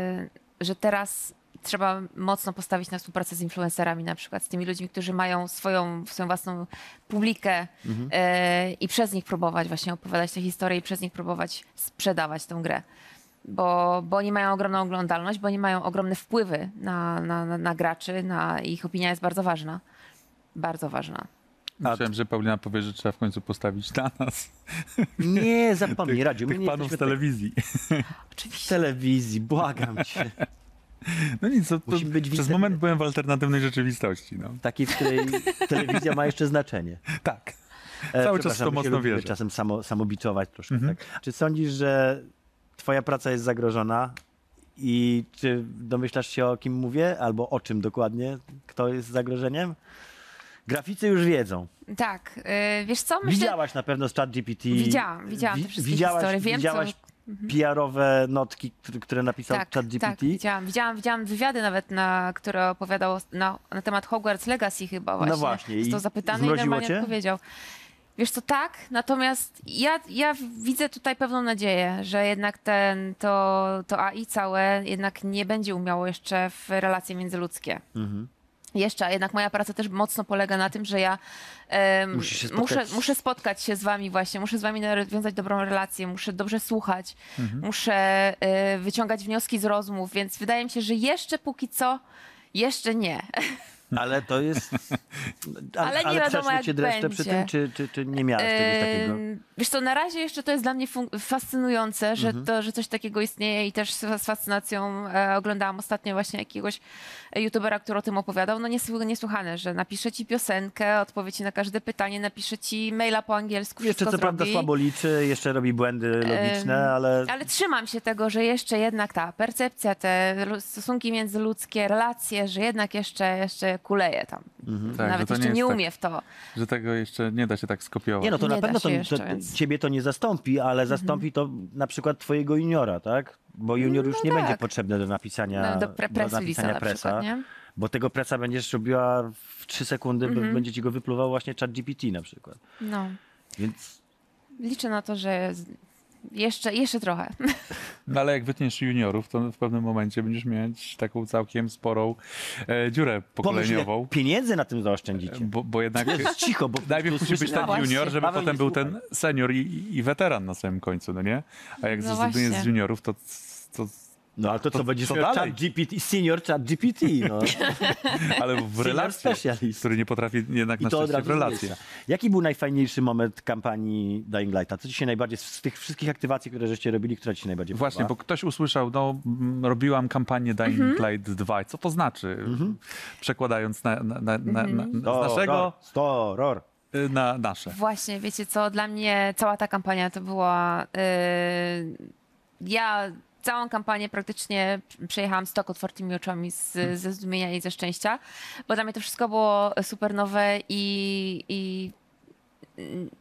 że teraz trzeba mocno postawić na współpracę z influencerami, na przykład z tymi ludźmi, którzy mają swoją, swoją własną publikę e, i przez nich próbować właśnie opowiadać te historie i przez nich próbować sprzedawać tę grę. Bo, bo oni mają ogromną oglądalność, bo oni mają ogromne wpływy na, na, na, na graczy, na ich opinia jest bardzo ważna. Bardzo ważna. Myślałem, że Paulina powie, że trzeba w końcu postawić na nas, Nie zapomnij, Radziu, my tych nie panów jesteśmy tak- z telewizji. w telewizji, błagam cię. No nic, to, to Musimy być przez widzem- moment byłem w alternatywnej rzeczywistości. No. Takiej, w [laughs] której telewizja ma jeszcze znaczenie. Tak. E, Cały czas przepraszam, w to my się mocno lubimy wierzę. Mhm. Czasem samo, samobiczować troszkę. Tak? Czy sądzisz, że twoja praca jest zagrożona? I czy domyślasz się o kim mówię? Albo o czym dokładnie? Kto jest zagrożeniem? Graficy już wiedzą. Tak, e, wiesz co? Widziałaś na pewno z chat GPT. Widziałam, widziałam te wszystkie widziałaś, historie. Wiem, co- Mhm. widziałaś PR-owe notki, które- które napisał tak, chat GPT. Tak, widziałam, widziałam, widziałam wywiady nawet, na, które opowiadał na, na temat Hogwarts Legacy chyba właśnie. No właśnie, i Został zapytany i zmroziło normalnie cię? odpowiedział. Wiesz co, tak, natomiast ja, ja widzę tutaj pewną nadzieję, że jednak ten, to, to AI całe jednak nie będzie umiało jeszcze w relacje międzyludzkie. Jeszcze, a jednak moja praca też mocno polega na tym, że ja em, Musisz się spotkać muszę, z- muszę spotkać się z wami właśnie, muszę z wami nawiązać dobrą relację, muszę dobrze słuchać, Mhm. muszę e, wyciągać wnioski z rozmów, więc wydaje mi się, że jeszcze póki co jeszcze nie. Ale to jest. Ale, [laughs] Ale nie ale wiadomo, przeszły jak cię dreszcze przy będzie. tym, czy, czy, czy nie miałeś czegoś takiego? Em, Wiesz co, na razie jeszcze to jest dla mnie fun- fascynujące, że, to, że coś takiego istnieje i też z z fascynacją e, oglądałam ostatnio właśnie jakiegoś youtubera, który o tym opowiadał. No niesły- niesłychane, że napisze ci piosenkę, odpowie ci na każde pytanie, napisze ci maila po angielsku, Jeszcze co wszystko prawda zrobi. słabo liczy, jeszcze robi błędy logiczne, Em, ale, Ale trzymam się tego, że jeszcze jednak ta percepcja, te lu- stosunki międzyludzkie, relacje, że jednak jeszcze, jeszcze kuleje tam. Tak, że Nawet to nie jeszcze nie, jest tak- umie w to. Że tego jeszcze nie da się tak skopiować. nie no to na nie da pewno to, się to, jeszcze, więc- ciebie to nie zastąpi, ale zastąpi to na przykład twojego juniora, tak? Bo junior już No nie tak. będzie potrzebny do napisania, No, do pre- press do release'a napisania na presa, przykład, nie? bo tego presa będziesz robiła w trzy sekundy, Mhm. bo będzie ci go wypluwał właśnie chat GPT na przykład. No. Więc Liczę na to, że z- jeszcze, jeszcze trochę. No ale jak wytniesz juniorów, to w pewnym momencie będziesz mieć taką całkiem sporą e, dziurę pomyśl, ile pokoleniową. pieniędzy na tym zaoszczędzicie. Bo, bo jednak Cicho, bo [laughs] najpierw musi być słyszę- ten właśnie. junior, żeby Paweł, potem nie był słuchaj. ten senior i, i weteran na samym końcu, no nie? A jak No zrezygnujesz z właśnie. juniorów, to, to No ale to co, To będziesz co miał dalej? chat GPT, senior chat GPT, [laughs] no. [laughs] ale w Senior relacji, specialist. który nie potrafi jednak I to od na w razu relacji. zmniejsza. Jaki był najfajniejszy moment kampanii Dying Lighta? Co ci się najbardziej, z tych wszystkich aktywacji, które żeście robili, która ci się najbardziej Właśnie, bo podoba? ktoś usłyszał, no m, robiłam kampanię Dying Mhm. Light 2. Co to znaczy? Przekładając na, na, na, na, Mhm. na, z naszego Ror, sto, ror. tak. y, na nasze. Właśnie, wiecie co, dla mnie cała ta kampania to była... Yy, ja całą kampanię praktycznie przejechałam stok otwartymi oczami z, Hmm. ze zdumienia i ze szczęścia, bo dla mnie to wszystko było super nowe i... i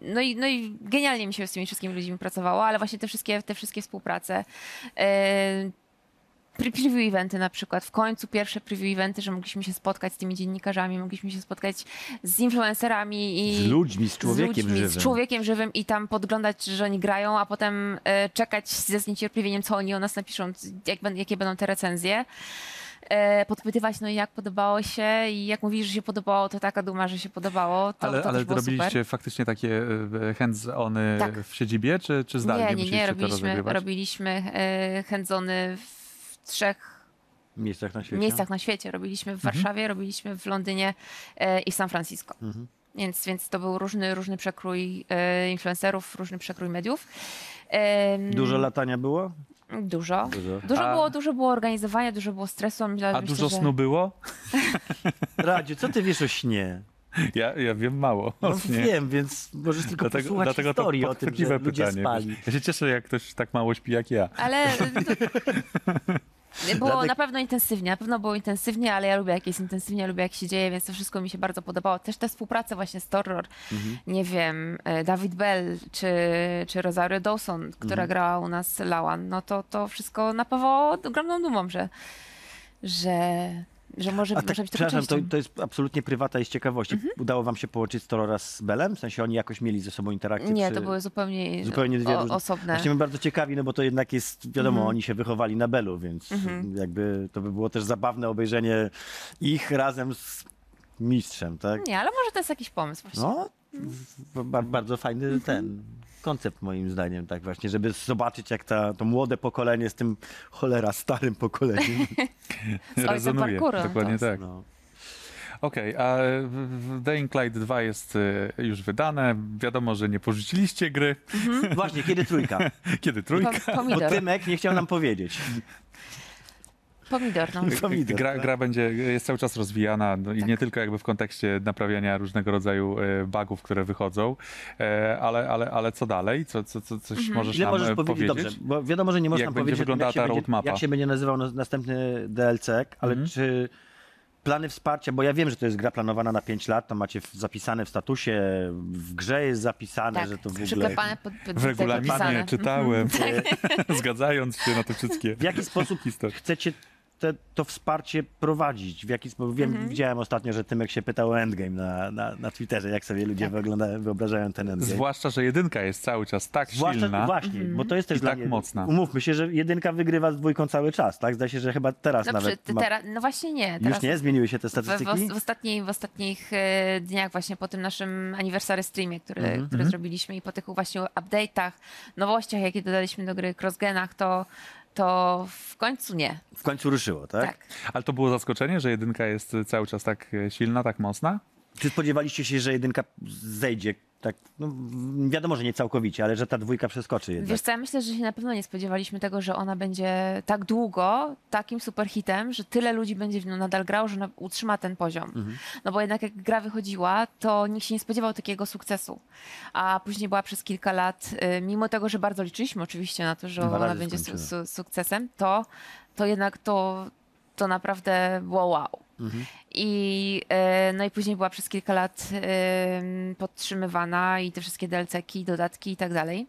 no i, no i genialnie mi się z tymi wszystkimi ludźmi pracowało, ale właśnie te wszystkie, te wszystkie współprace, yy, Pre- preview eventy na przykład, w końcu pierwsze preview eventy, że mogliśmy się spotkać z tymi dziennikarzami, mogliśmy się spotkać z influencerami i Z ludźmi, z człowiekiem ludźmi, z żywym. człowiekiem żywym i tam podglądać, że oni grają, a potem e, czekać ze zniecierpliwieniem, co oni o nas napiszą, c- jak, ben- jakie będą te recenzje. e, podpytywać, no i jak podobało się i jak mówisz, że się podobało, to taka duma, że się podobało, to, Ale, to ale też było robiliście super. faktycznie takie e, hands-ony Tak. w siedzibie, czy, czy zdalnie nie, nie, musieliście nie, to robiliśmy, rozgrywać? robiliśmy e, handzony w trzech W miejscach na świecie. miejscach na świecie. Robiliśmy w Warszawie, robiliśmy w Londynie e, i w San Francisco. Mhm. Więc, więc to był różny, różny przekrój e, influencerów, różny przekrój mediów. Em, Dużo latania było? Dużo. Dużo. Dużo, A- było, dużo było organizowania, dużo było stresu. a myślę- A myślę, dużo że- snu było? [laughs] Radziu, co ty wiesz o śnie? Ja, ja wiem mało. [laughs] No, o śnie. wiem, więc możesz tylko posłuchać to historii o tym, że podchwytliwe ludzie pytanie. spali. Ja się cieszę, jak ktoś tak mało śpi jak ja. Ale [laughs] e, to... Było Dlatego- na pewno intensywnie, na pewno było intensywnie, ale ja lubię jak jest intensywnie, lubię jak się dzieje, więc to wszystko mi się bardzo podobało. Też te współprace właśnie z Torror, Mhm. nie wiem, e, David Bell czy, czy Rosario Dawson, która Mhm. grała u nas Lawan, no to, to wszystko napawało ogromną dumą, że, że, że może, A tak, może być tylko przepraszam, to, częścią. to jest absolutnie prywata i z ciekawości. Mhm. Udało wam się połączyć Torora z Belem? W sensie oni jakoś mieli ze sobą interakcję? Nie, czy... to były zupełnie, Zupełnie dwie o, różne. osobne. Mhm. Właśnie mnie bardzo ciekawi, no bo to jednak jest, wiadomo, oni się wychowali na Belu, więc jakby to by było też zabawne obejrzenie ich razem z mistrzem, tak? Nie, ale może to jest jakiś pomysł właśnie. No, b- ba- bardzo fajny Mhm. ten koncept moim zdaniem, tak właśnie, żeby zobaczyć jak ta, to młode pokolenie z tym cholera starym pokoleniem. ojcem Rezonuje. parkouru, Dokładnie to- tak. No. Okej, a w- w Dying Light 2 jest y, już wydane. Wiadomo, że nie porzuciliście gry. [laughs] Właśnie, kiedy [laughs] trójka? Kiedy Pom- trójka? Bo Pomidor, Tymek nie chciał nam [laughs] powiedzieć. pomidor, no. Pomidor, gra, tak? gra będzie, jest cały czas rozwijana no, i nie tylko jakby w kontekście naprawiania różnego rodzaju e, bugów, które wychodzą, e, ale, ale, ale co dalej? Co, co, co, coś możesz Mhm. Ile nam możesz e, powiedzieć? powiedzieć? Dobrze, bo wiadomo, że nie można Jak będzie powiedzieć, o tym, wyglądała jak, się ta będzie, roadmapa? Mhm. jak się będzie nazywał no- następny DLC, ale czy plany wsparcia, bo ja wiem, że to jest gra planowana na 5 lat, to macie w- zapisane w statusie, w grze jest zapisane, Tak, że to w ogóle... przyklepane pod, pod W regulaminie Mhm. podpisane. [laughs] czytałem, Tak. e, [laughs] zgadzając się na te wszystkie W jaki sposób historie. chcecie te, to wsparcie prowadzić? W jaki sposób? Wiem, Widziałem ostatnio, że Tymek się pytał o Endgame na, na, na Twitterze, jak sobie ludzie wygląda, wyobrażają ten Endgame. Zwłaszcza, że jedynka jest cały czas tak silna. właśnie, Mhm. bo to jest też I dla tak mnie, mocna. Umówmy się, że jedynka wygrywa z dwójką cały czas, tak? Zdaje się, że chyba teraz No, przy, nawet ty ma teraz, no właśnie nie. Teraz Już nie? Zmieniły się te W, w, os- statystyki? w, ostatniej, w ostatnich e, dniach właśnie po tym naszym anniversary streamie, który, Mhm, który zrobiliśmy i po tych właśnie update'ach, nowościach, jakie dodaliśmy do gry Crossgenach, to, to w końcu nie. W końcu ruszyło, tak? Tak. Ale to było zaskoczenie, że jedynka jest cały czas tak e, silna, tak mocna? Czy spodziewaliście się, że jedynka zejdzie? Tak, no, wiadomo, że nie całkowicie, ale że ta dwójka przeskoczy jednak. Wiesz co, ja myślę, że się na pewno nie spodziewaliśmy tego, że ona będzie tak długo takim superhitem, że tyle ludzi będzie w nią nadal grało, że ona utrzyma ten poziom. Mhm. No bo jednak jak gra wychodziła, to nikt się nie spodziewał takiego sukcesu. A później była przez kilka lat, y, mimo tego, że bardzo liczyliśmy oczywiście na to, że Dwa ona razy będzie su- skończyła. su- sukcesem, to, to jednak to, to naprawdę było wow. I, e, no i później była przez kilka lat e, podtrzymywana i te wszystkie delceki, dodatki i tak dalej.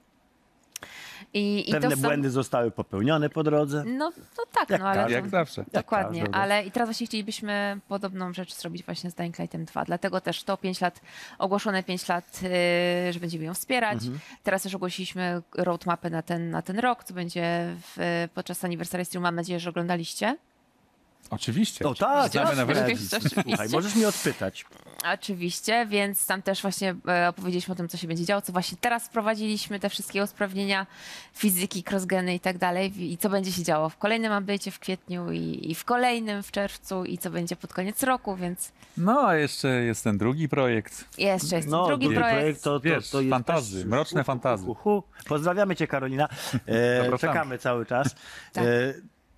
I, i Pewne to są, błędy zostały popełnione po drodze. No, no tak, Jak no ale. każdy. to- Jak zawsze. Tak. Dokładnie, każdy, no. ale i teraz właśnie chcielibyśmy podobną rzecz zrobić właśnie z Dying Lightem 2, dlatego też to 5 lat, ogłoszone 5 lat, y, że będziemy ją wspierać. Mhm. Teraz też ogłosiliśmy roadmapę na ten, na ten rok, co będzie w, podczas anniversary streamu, mam nadzieję, że oglądaliście. Oczywiście. O tak, Znamy Znaczy, jasne. nawet- Oczywiście, Słuchaj, oczywiście. możesz mnie odpytać. Oczywiście, więc tam też właśnie e, opowiedzieliśmy o tym, co się będzie działo, co właśnie teraz wprowadziliśmy, te wszystkie usprawnienia fizyki, crossgeny i tak dalej w- i co będzie się działo w kolejnym update'cie w kwietniu i, i w kolejnym w czerwcu i co będzie pod koniec roku, więc No a jeszcze jest ten drugi projekt. jeszcze jest No, drugi projekt. to, to, Wiesz, to jest fantazy, też- mroczne hu, hu, fantazy. hu, hu. Pozdrawiamy cię, Karolina. E, Zapraszamy. czekamy cały [laughs] czas. Tak. E,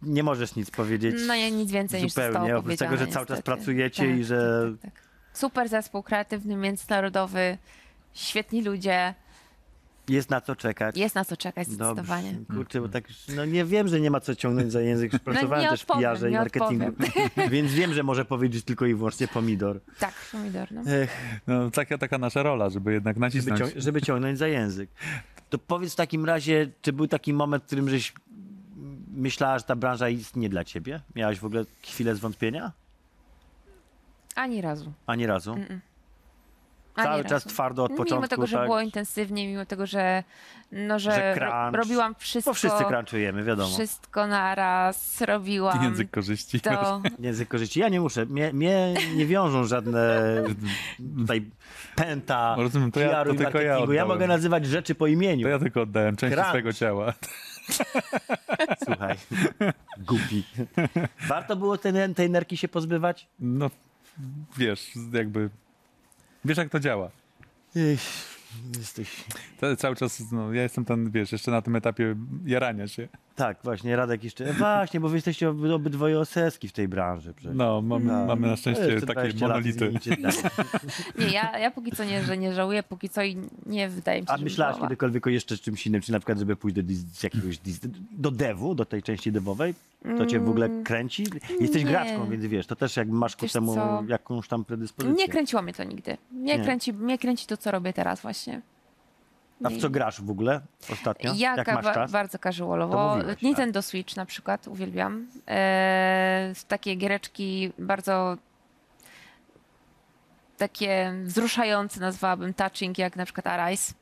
nie możesz nic powiedzieć. No nie, nic więcej niż zupełnie, zostało oprócz tego, powiedziane, że cały czas niestety. pracujecie i że- Tak, tak, tak. Super zespół kreatywny, międzynarodowy, świetni ludzie, Jest na co czekać. tak. jest na co czekać Dobrze. zdecydowanie. No, Kurczę, Mhm. bo tak, już- no nie wiem, że nie ma co ciągnąć za język. już Pracowałem nie też w odpowiem, PR-ze i nie marketingu. [laughs] Więc wiem, że może powiedzieć tylko i wyłącznie pomidor. Tak, pomidor, no. Ech, No, taka, taka nasza rola, żeby jednak żeby, nacisnąć. cią- żeby ciągnąć za język. To powiedz w takim razie, czy był taki moment, w którym żeś myślała, że ta branża istnieje dla ciebie? Miałaś w ogóle chwilę zwątpienia? Ani razu. Ani razu? Ani Cały razu. czas twardo od początku. No, Mimo tego, że tak? było intensywnie, mimo tego, że, no, że, Że ro- crunch. robiłam wszystko, Bo wszyscy crunchujemy, wiadomo. wszystko naraz, robiłam [laughs] Język korzyści. [laughs] to. Język korzyści. Ja nie muszę. Mnie, mnie nie wiążą [laughs] żadne tutaj pęta Rozumiem, to ja- PR-u to i tylko ja marketingu. ja oddałem. mogę nazywać rzeczy po imieniu. To ja tylko oddałem część Crunch. swojego ciała. [laughs] Słuchaj, głupi. Warto było tej, tej nerki się pozbywać? No, wiesz, jakby... Wiesz, jak to działa. Ech, Jesteś... To cały czas, no, ja jestem ten, wiesz, jeszcze na tym etapie jarania się. Tak, właśnie, Radek jeszcze... Właśnie, bo wy jesteście oby- obydwoje oseski w tej branży. Przecież. No, mam, mamy na szczęście Jeszcze takie 20 lat monolity. zmienicie, tak. Nie, ja, ja póki co nie, że nie żałuję, póki co i nie wydaje mi się, A że myślałaś żałowałam. kiedykolwiek o jeszcze czymś innym, czy na przykład, żeby pójść do dis- jakiegoś dis- do dewu, do tej części dewowej? To cię w ogóle kręci? Jesteś Mm, nie. graczką, więc wiesz, to też jak masz ku Wiesz temu co? jakąś tam predyspozycję. Nie kręciło mnie to nigdy. Mnie, Nie. Kręci, mnie kręci to, co robię teraz właśnie. A w co grasz w ogóle ostatnio? Ja jak ka- masz czas? bardzo To casualowo. mówiłaś, tak. Nintendo Switch na przykład, uwielbiam. Eee, takie giereczki bardzo takie wzruszające nazwałabym touching, jak na przykład Arise.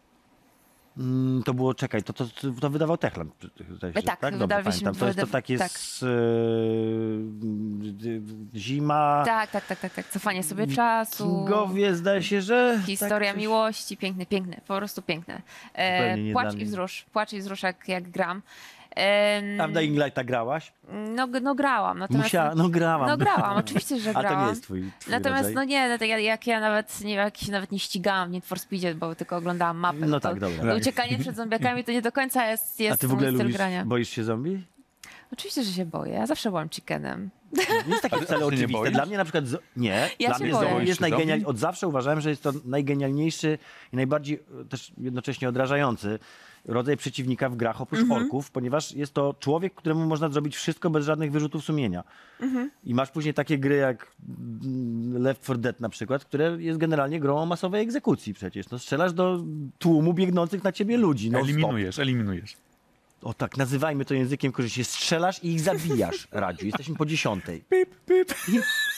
Mm, to było, czekaj, to, to, to wydawał Techland. zdaje się, E, tak, tak? Dobrze, wydawaliśmy- pamiętam. To jest to wyda- takie tak. z, e, d- d- zima, Tak, tak, tak, tak, tak. Cofanie sobie czasu. kingowie, zdaje się, że... tak Historia coś- miłości, piękne, piękne, po prostu piękne. Zupełnie nie E, dla płacz mnie. i wzrusz, płacz i wzrusz jak, jak gram. Em, A w Dying Lighta grałaś? no, g- no grałam, natomiast... Musiała, no grałam. No [laughs] grałam, oczywiście, że A grałam. to nie jest twój, twój Natomiast rodzaj. no nie, no, tak jak, jak ja nawet nie wiem, jak się nawet nie ścigałam w Need for Speedzie, bo tylko oglądałam mapę. No tak, to, dobra. to uciekanie przed zombiakami to nie do końca jest, jest A ty w ogóle mój styl lubisz, grania. boisz się zombie? Oczywiście, że się boję. Ja zawsze byłam chickenem. Jest takie ty wcale się nie oczywiste. boisz? Dla mnie na przykład, zo- nie, Ja dla się mnie boję. zombie Boisz jest się zombie? najgenial... od zawsze uważałem, że jest to najgenialniejszy i najbardziej e, też jednocześnie odrażający rodzaj przeciwnika w grach oprócz Mhm. orków, ponieważ jest to człowiek, któremu można zrobić wszystko bez żadnych wyrzutów sumienia. Mhm. I masz później takie gry jak mm, Left 4 Dead na przykład, które jest generalnie grą o masowej egzekucji przecież. No, strzelasz do tłumu biegnących na ciebie ludzi. No, Eliminujesz, eliminujesz. O tak, nazywajmy to językiem korzyści. Strzelasz i ich zabijasz, Radziu. Jesteśmy po dziesiątej. Pip, pip. [laughs]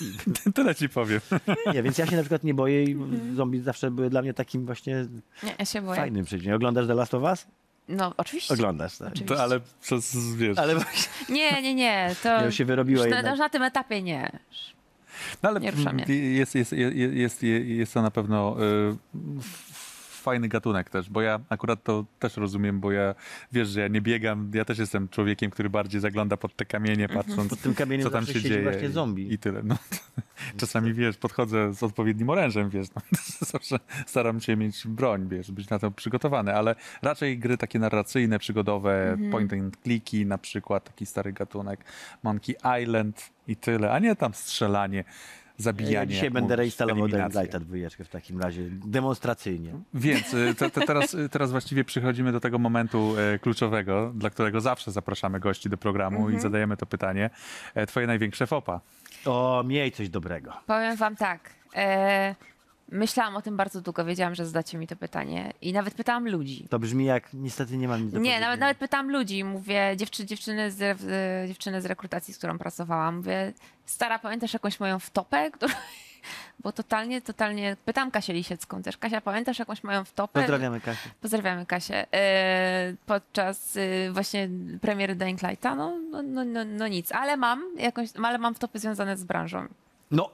Tyle ci powiem. Nie, więc ja się na przykład nie boję i Mhm. zombie zawsze były dla mnie takim właśnie Nie, ja się boję. fajnym przeciwnikiem. Oglądasz The Last of Us? No oczywiście. Oglądasz, tak. Oczywiście. To, ale przez, wiesz... Ale właśnie Nie, nie, nie. To Ja już się wyrobiła już na, jednak. już na tym etapie nie. No ale Nie rusza mnie. Jest, jest, jest, jest, jest to na pewno y, f- fajny gatunek też, bo ja akurat to też rozumiem, bo ja wiesz, że ja nie biegam, ja też jestem człowiekiem, który bardziej zagląda pod te kamienie, Mhm. patrząc pod tym kamieniem co tam zawsze się siedzi dzieje właśnie i- zombie. i tyle. [laughs] No, czasami wiesz, podchodzę z odpowiednim orężem, wiesz, no, [laughs] zawsze staram się mieć broń, wiesz, być na to przygotowany, ale raczej gry takie narracyjne, przygodowe, Mhm. point and clicky, na przykład taki stary gatunek, Monkey Island i tyle, a nie tam strzelanie, zabijanie. ja dzisiaj jak będę mówisz, reinstalował Dying eliminacje. Lighta dwójeczkę w takim razie, demonstracyjnie. Mhm. Więc y, te, te, [laughs] teraz, y, teraz właściwie przychodzimy do tego momentu e, kluczowego, dla którego zawsze zapraszamy gości do programu Mhm. i zadajemy to pytanie. E, twoje największe fopa. O, miej coś dobrego. Powiem wam tak. E, myślałam o tym bardzo długo, wiedziałam, że zadacie mi to pytanie. I nawet pytałam ludzi. To brzmi jak, niestety nie mam nic do Nie, nawet, powiedzenia. nawet pytam ludzi, mówię, dziewczy, dziewczyny, z, re- y, dziewczyny z rekrutacji, z którą pracowałam, mówię, stara, pamiętasz jakąś moją wtopę? Którą... [laughs] Bo totalnie, totalnie, pytam Kasię Lisiecką też, Kasia, pamiętasz jakąś moją wtopę? Pozdrawiamy Kasię. Pozdrawiamy Kasię. E, podczas e, właśnie premiery Dying Lighta, no, no, no, no, no nic, ale mam jakąś, ale mam wtopy związane z branżą. No,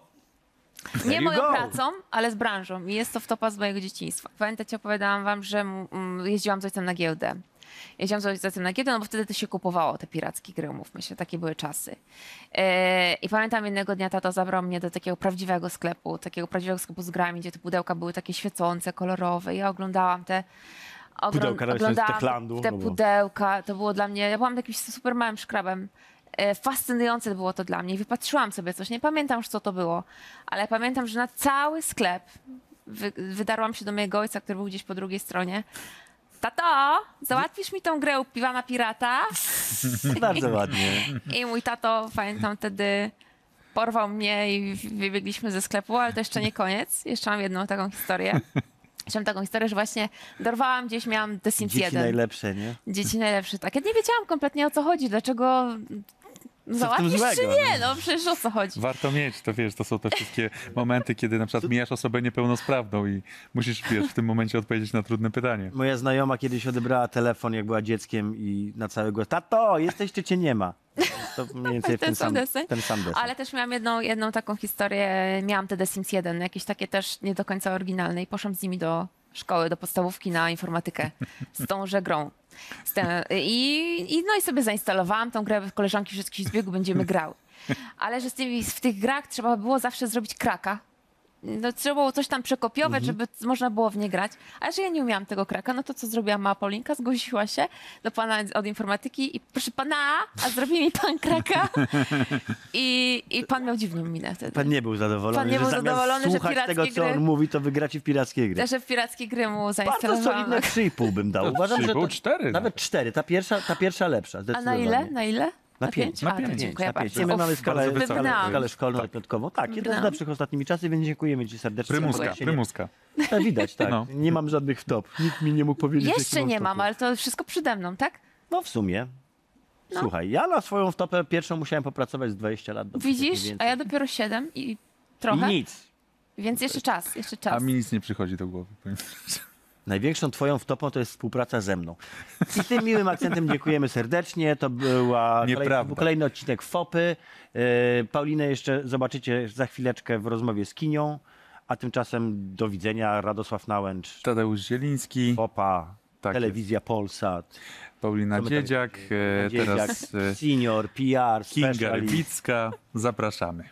[laughs] Nie you moją go. pracą, ale z branżą. I jest to wtopa z mojego dzieciństwa. Pamiętacie, opowiadałam wam, że mm, jeździłam z ojcem na giełdę. Jeździłam z ojcem na giełdę, no bo wtedy to się kupowało te pirackie gry, umówmy się, takie były czasy. E, I pamiętam jednego dnia tato zabrał mnie do takiego prawdziwego sklepu, takiego prawdziwego sklepu z grami, gdzie te pudełka były takie świecące, kolorowe. Ja oglądałam te... Ogrom, Pudełka, ale jeszcze z oglądałam Techlandu, te no bo- pudełka, to było dla mnie, ja byłam jakimś super małym szkrabem. E, Fascynujące było to dla mnie. Wypatrzyłam sobie coś, nie pamiętam już co to było, ale pamiętam, że na cały sklep wy, wydarłam się do mojego ojca, który był gdzieś po drugiej stronie. Tato, załatwisz mi tą grę u piwana pirata? bardzo ładnie. I mój tato, pamiętam wtedy, porwał mnie i wybiegliśmy ze sklepu, ale to jeszcze nie koniec. Jeszcze mam jedną taką [laughs] historię. Jeszcze mam taką historię, że właśnie dorwałam gdzieś, miałam The Sims Dzieci 1. najlepsze, nie? Dzieci najlepsze, tak. Ja nie wiedziałam kompletnie o co chodzi, dlaczego No, Co w tym załatwisz czy złego? nie? No przecież o co chodzi? Warto mieć, to wiesz, to są te wszystkie momenty, kiedy na przykład mijasz osobę niepełnosprawną i musisz, wiesz, w tym momencie odpowiedzieć na trudne pytanie. Moja znajoma kiedyś odebrała telefon, jak była dzieckiem i na całego tato, jesteś czy cię nie ma? To mniej [laughs] więcej w Ten ten sam sam, deseń. ten sam deseń. Ale też miałam jedną, jedną taką historię, miałam te The Sims 1, jakieś takie też nie do końca oryginalne i poszłam z nimi do szkoły, do podstawówki na informatykę z tąże grą. Z te, i, i, no i sobie zainstalowałam tą grę, koleżanki wszystkich z biegu będziemy grały. Ale że z tymi, w tych grach trzeba było zawsze zrobić kraka. No, trzeba było coś tam Mhm. przekopiować, żeby c- można było w nie grać. A że ja nie umiałam tego kraka, no to co zrobiła mała Paulinka? Zgłosiła się do pana od informatyki i proszę pana, a zrobi mi pan [laughs] kraka. I, I pan miał dziwną minę wtedy. Pan nie był zadowolony, Pan nie był że zamiast zadowolony, że słuchać pirackie tego, co gry- on mówi, to wygraci w pirackiej gry. Że w pirackie gry mu Bardzo zainstalowałam. [laughs] solidne 3,5 bym dał. [laughs] No, Uważam, że 3,5, to, cztery nawet 4. Ta pierwsza, ta pierwsza lepsza, A zdecydowanie. na ile? Na ile? Na pięć. A, Na to pięć, Dziękuję na pięć. bardzo. My Uff, mamy skalę, bardzo wysoka. skalę, Wybrnęłam. skalę szkolną i piątkową. Tak, jeden z Wybrnęłam. lepszych ostatnimi czasy, więc dziękujemy ci serdecznie. Prymuska, Się prymuska. nie- Tak, [laughs] Widać, tak. No. Nie mam żadnych wtop. Nikt mi nie mógł powiedzieć, jaki Jeszcze nie wtopy. mam, ale to wszystko przede mną, tak? No w sumie. No. Słuchaj, ja na swoją wtopę pierwszą musiałem popracować z 20 lat. dobrze, Widzisz? mniej A więcej. ja dopiero 7 i trochę. I nic. Więc jeszcze czas, jeszcze A czas. mi nic nie przychodzi do głowy. powiem. Największą twoją wtopą to jest współpraca ze mną. I tym miłym akcentem dziękujemy serdecznie. To, była kolej, Nieprawda. to był kolejny odcinek Fopy. Yy, Paulinę jeszcze zobaczycie za chwileczkę w rozmowie z Kinią. A tymczasem do widzenia. Radosław Nałęcz, Tadeusz Zieliński, Fopa, Tak Telewizja Polsat, Paulina Co my tam- Dziedziak, e, teraz e, Dziedziak, Senior, Kinga PR, Specialist. Rybicka. Zapraszamy.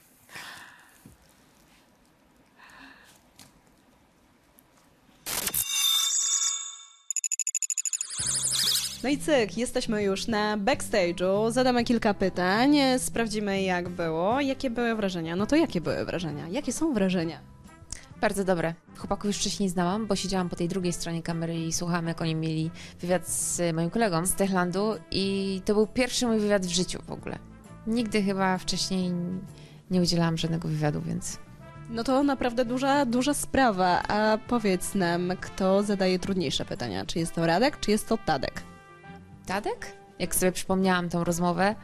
No i cyk, jesteśmy już na backstage'u, zadamy kilka pytań, sprawdzimy jak było, jakie były wrażenia. No to jakie były wrażenia? Jakie są wrażenia? Bardzo dobre. Chłopaków już wcześniej znałam, bo siedziałam po tej drugiej stronie kamery i słuchałam, jak oni mieli wywiad z e, moim kolegą z Techlandu i to był pierwszy mój wywiad w życiu w ogóle. Nigdy chyba wcześniej nie udzielałam żadnego wywiadu, więc No to naprawdę duża, duża sprawa, a powiedz nam, kto zadaje trudniejsze pytania? Czy jest to Radek, czy jest to Tadek? Tadek? Jak sobie przypomniałam tą rozmowę,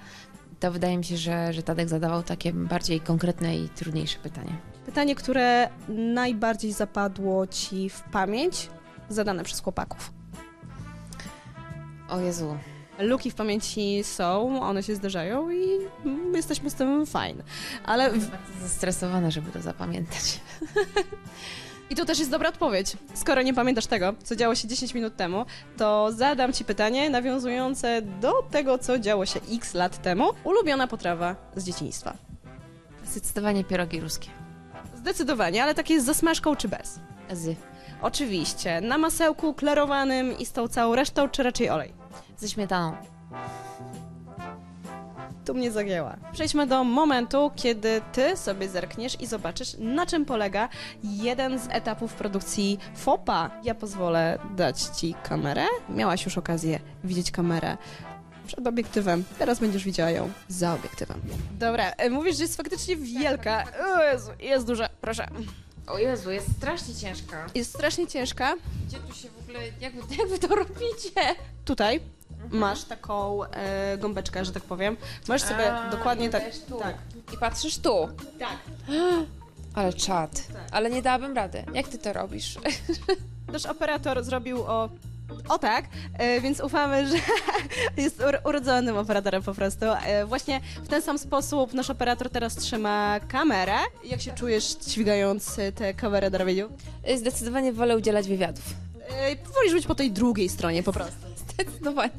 to wydaje mi się, że, że Tadek zadawał takie bardziej konkretne i trudniejsze pytania. Pytanie, które najbardziej zapadło Ci w pamięć, zadane przez chłopaków. O Jezu, Luki w pamięci są, one się zdarzają i mm, jesteśmy z tym fajn. Ale w, zestresowana, żeby to zapamiętać. I to też jest dobra odpowiedź. Skoro nie pamiętasz tego, co działo się 10 minut temu, to zadam ci pytanie nawiązujące do tego, co działo się x lat temu. Ulubiona potrawa z dzieciństwa. Zdecydowanie pierogi ruskie. Zdecydowanie, ale tak takie z zasmażką czy bez. Z. Oczywiście, na masełku klarowanym i z tą całą resztą, czy raczej olej. Ze śmietaną. Tu mnie zagięła. Przejdźmy do momentu, kiedy ty sobie zerkniesz i zobaczysz, na czym polega jeden z etapów produkcji FOPA. Ja pozwolę dać ci kamerę. Miałaś już okazję widzieć kamerę przed obiektywem. Teraz będziesz widziała ją za obiektywem. Dobra, e, mówisz, że jest faktycznie wielka. O Jezu, jest duża, proszę. O Jezu, jest strasznie ciężka. Jest strasznie ciężka. Gdzie tu się w ogóle, jak [laughs] wy, jak wy to robicie? Tutaj masz taką e, gąbeczkę, że tak powiem. Masz sobie dokładnie tak. Tak. I patrzysz tu. Tak. [gasps] Ale czad. Ale nie dałabym rady. Jak ty to robisz? [laughs] Nasz operator zrobił o. O tak, e, więc ufamy, że [laughs] jest ur- urodzonym operatorem po prostu. E, Właśnie w ten sam sposób nasz operator teraz trzyma kamerę. Jak się czujesz dźwigając e, tę kamerę na ramieniu? Zdecydowanie wolę udzielać wywiadów. E, Wolisz być po tej drugiej stronie po prostu. [laughs] Zdecydowanie.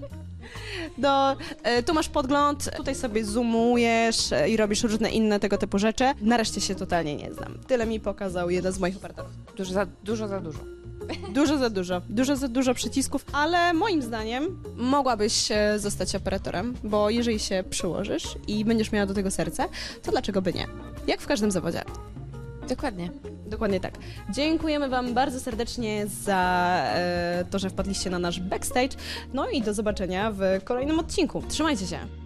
No, e, tu masz podgląd, tutaj sobie zoomujesz e, i robisz różne inne tego typu rzeczy. Nareszcie się totalnie nie znam. Tyle mi pokazał jeden z moich operatorów. Dużo za dużo. Za dużo. Dużo za dużo, dużo za dużo przycisków, ale moim zdaniem mogłabyś e, zostać operatorem, bo jeżeli się przyłożysz i będziesz miała do tego serce, to dlaczego by nie? Jak w każdym zawodzie. Dokładnie. Dokładnie tak. Dziękujemy Wam bardzo serdecznie za e, to, że wpadliście na nasz backstage. No i do zobaczenia w kolejnym odcinku. Trzymajcie się!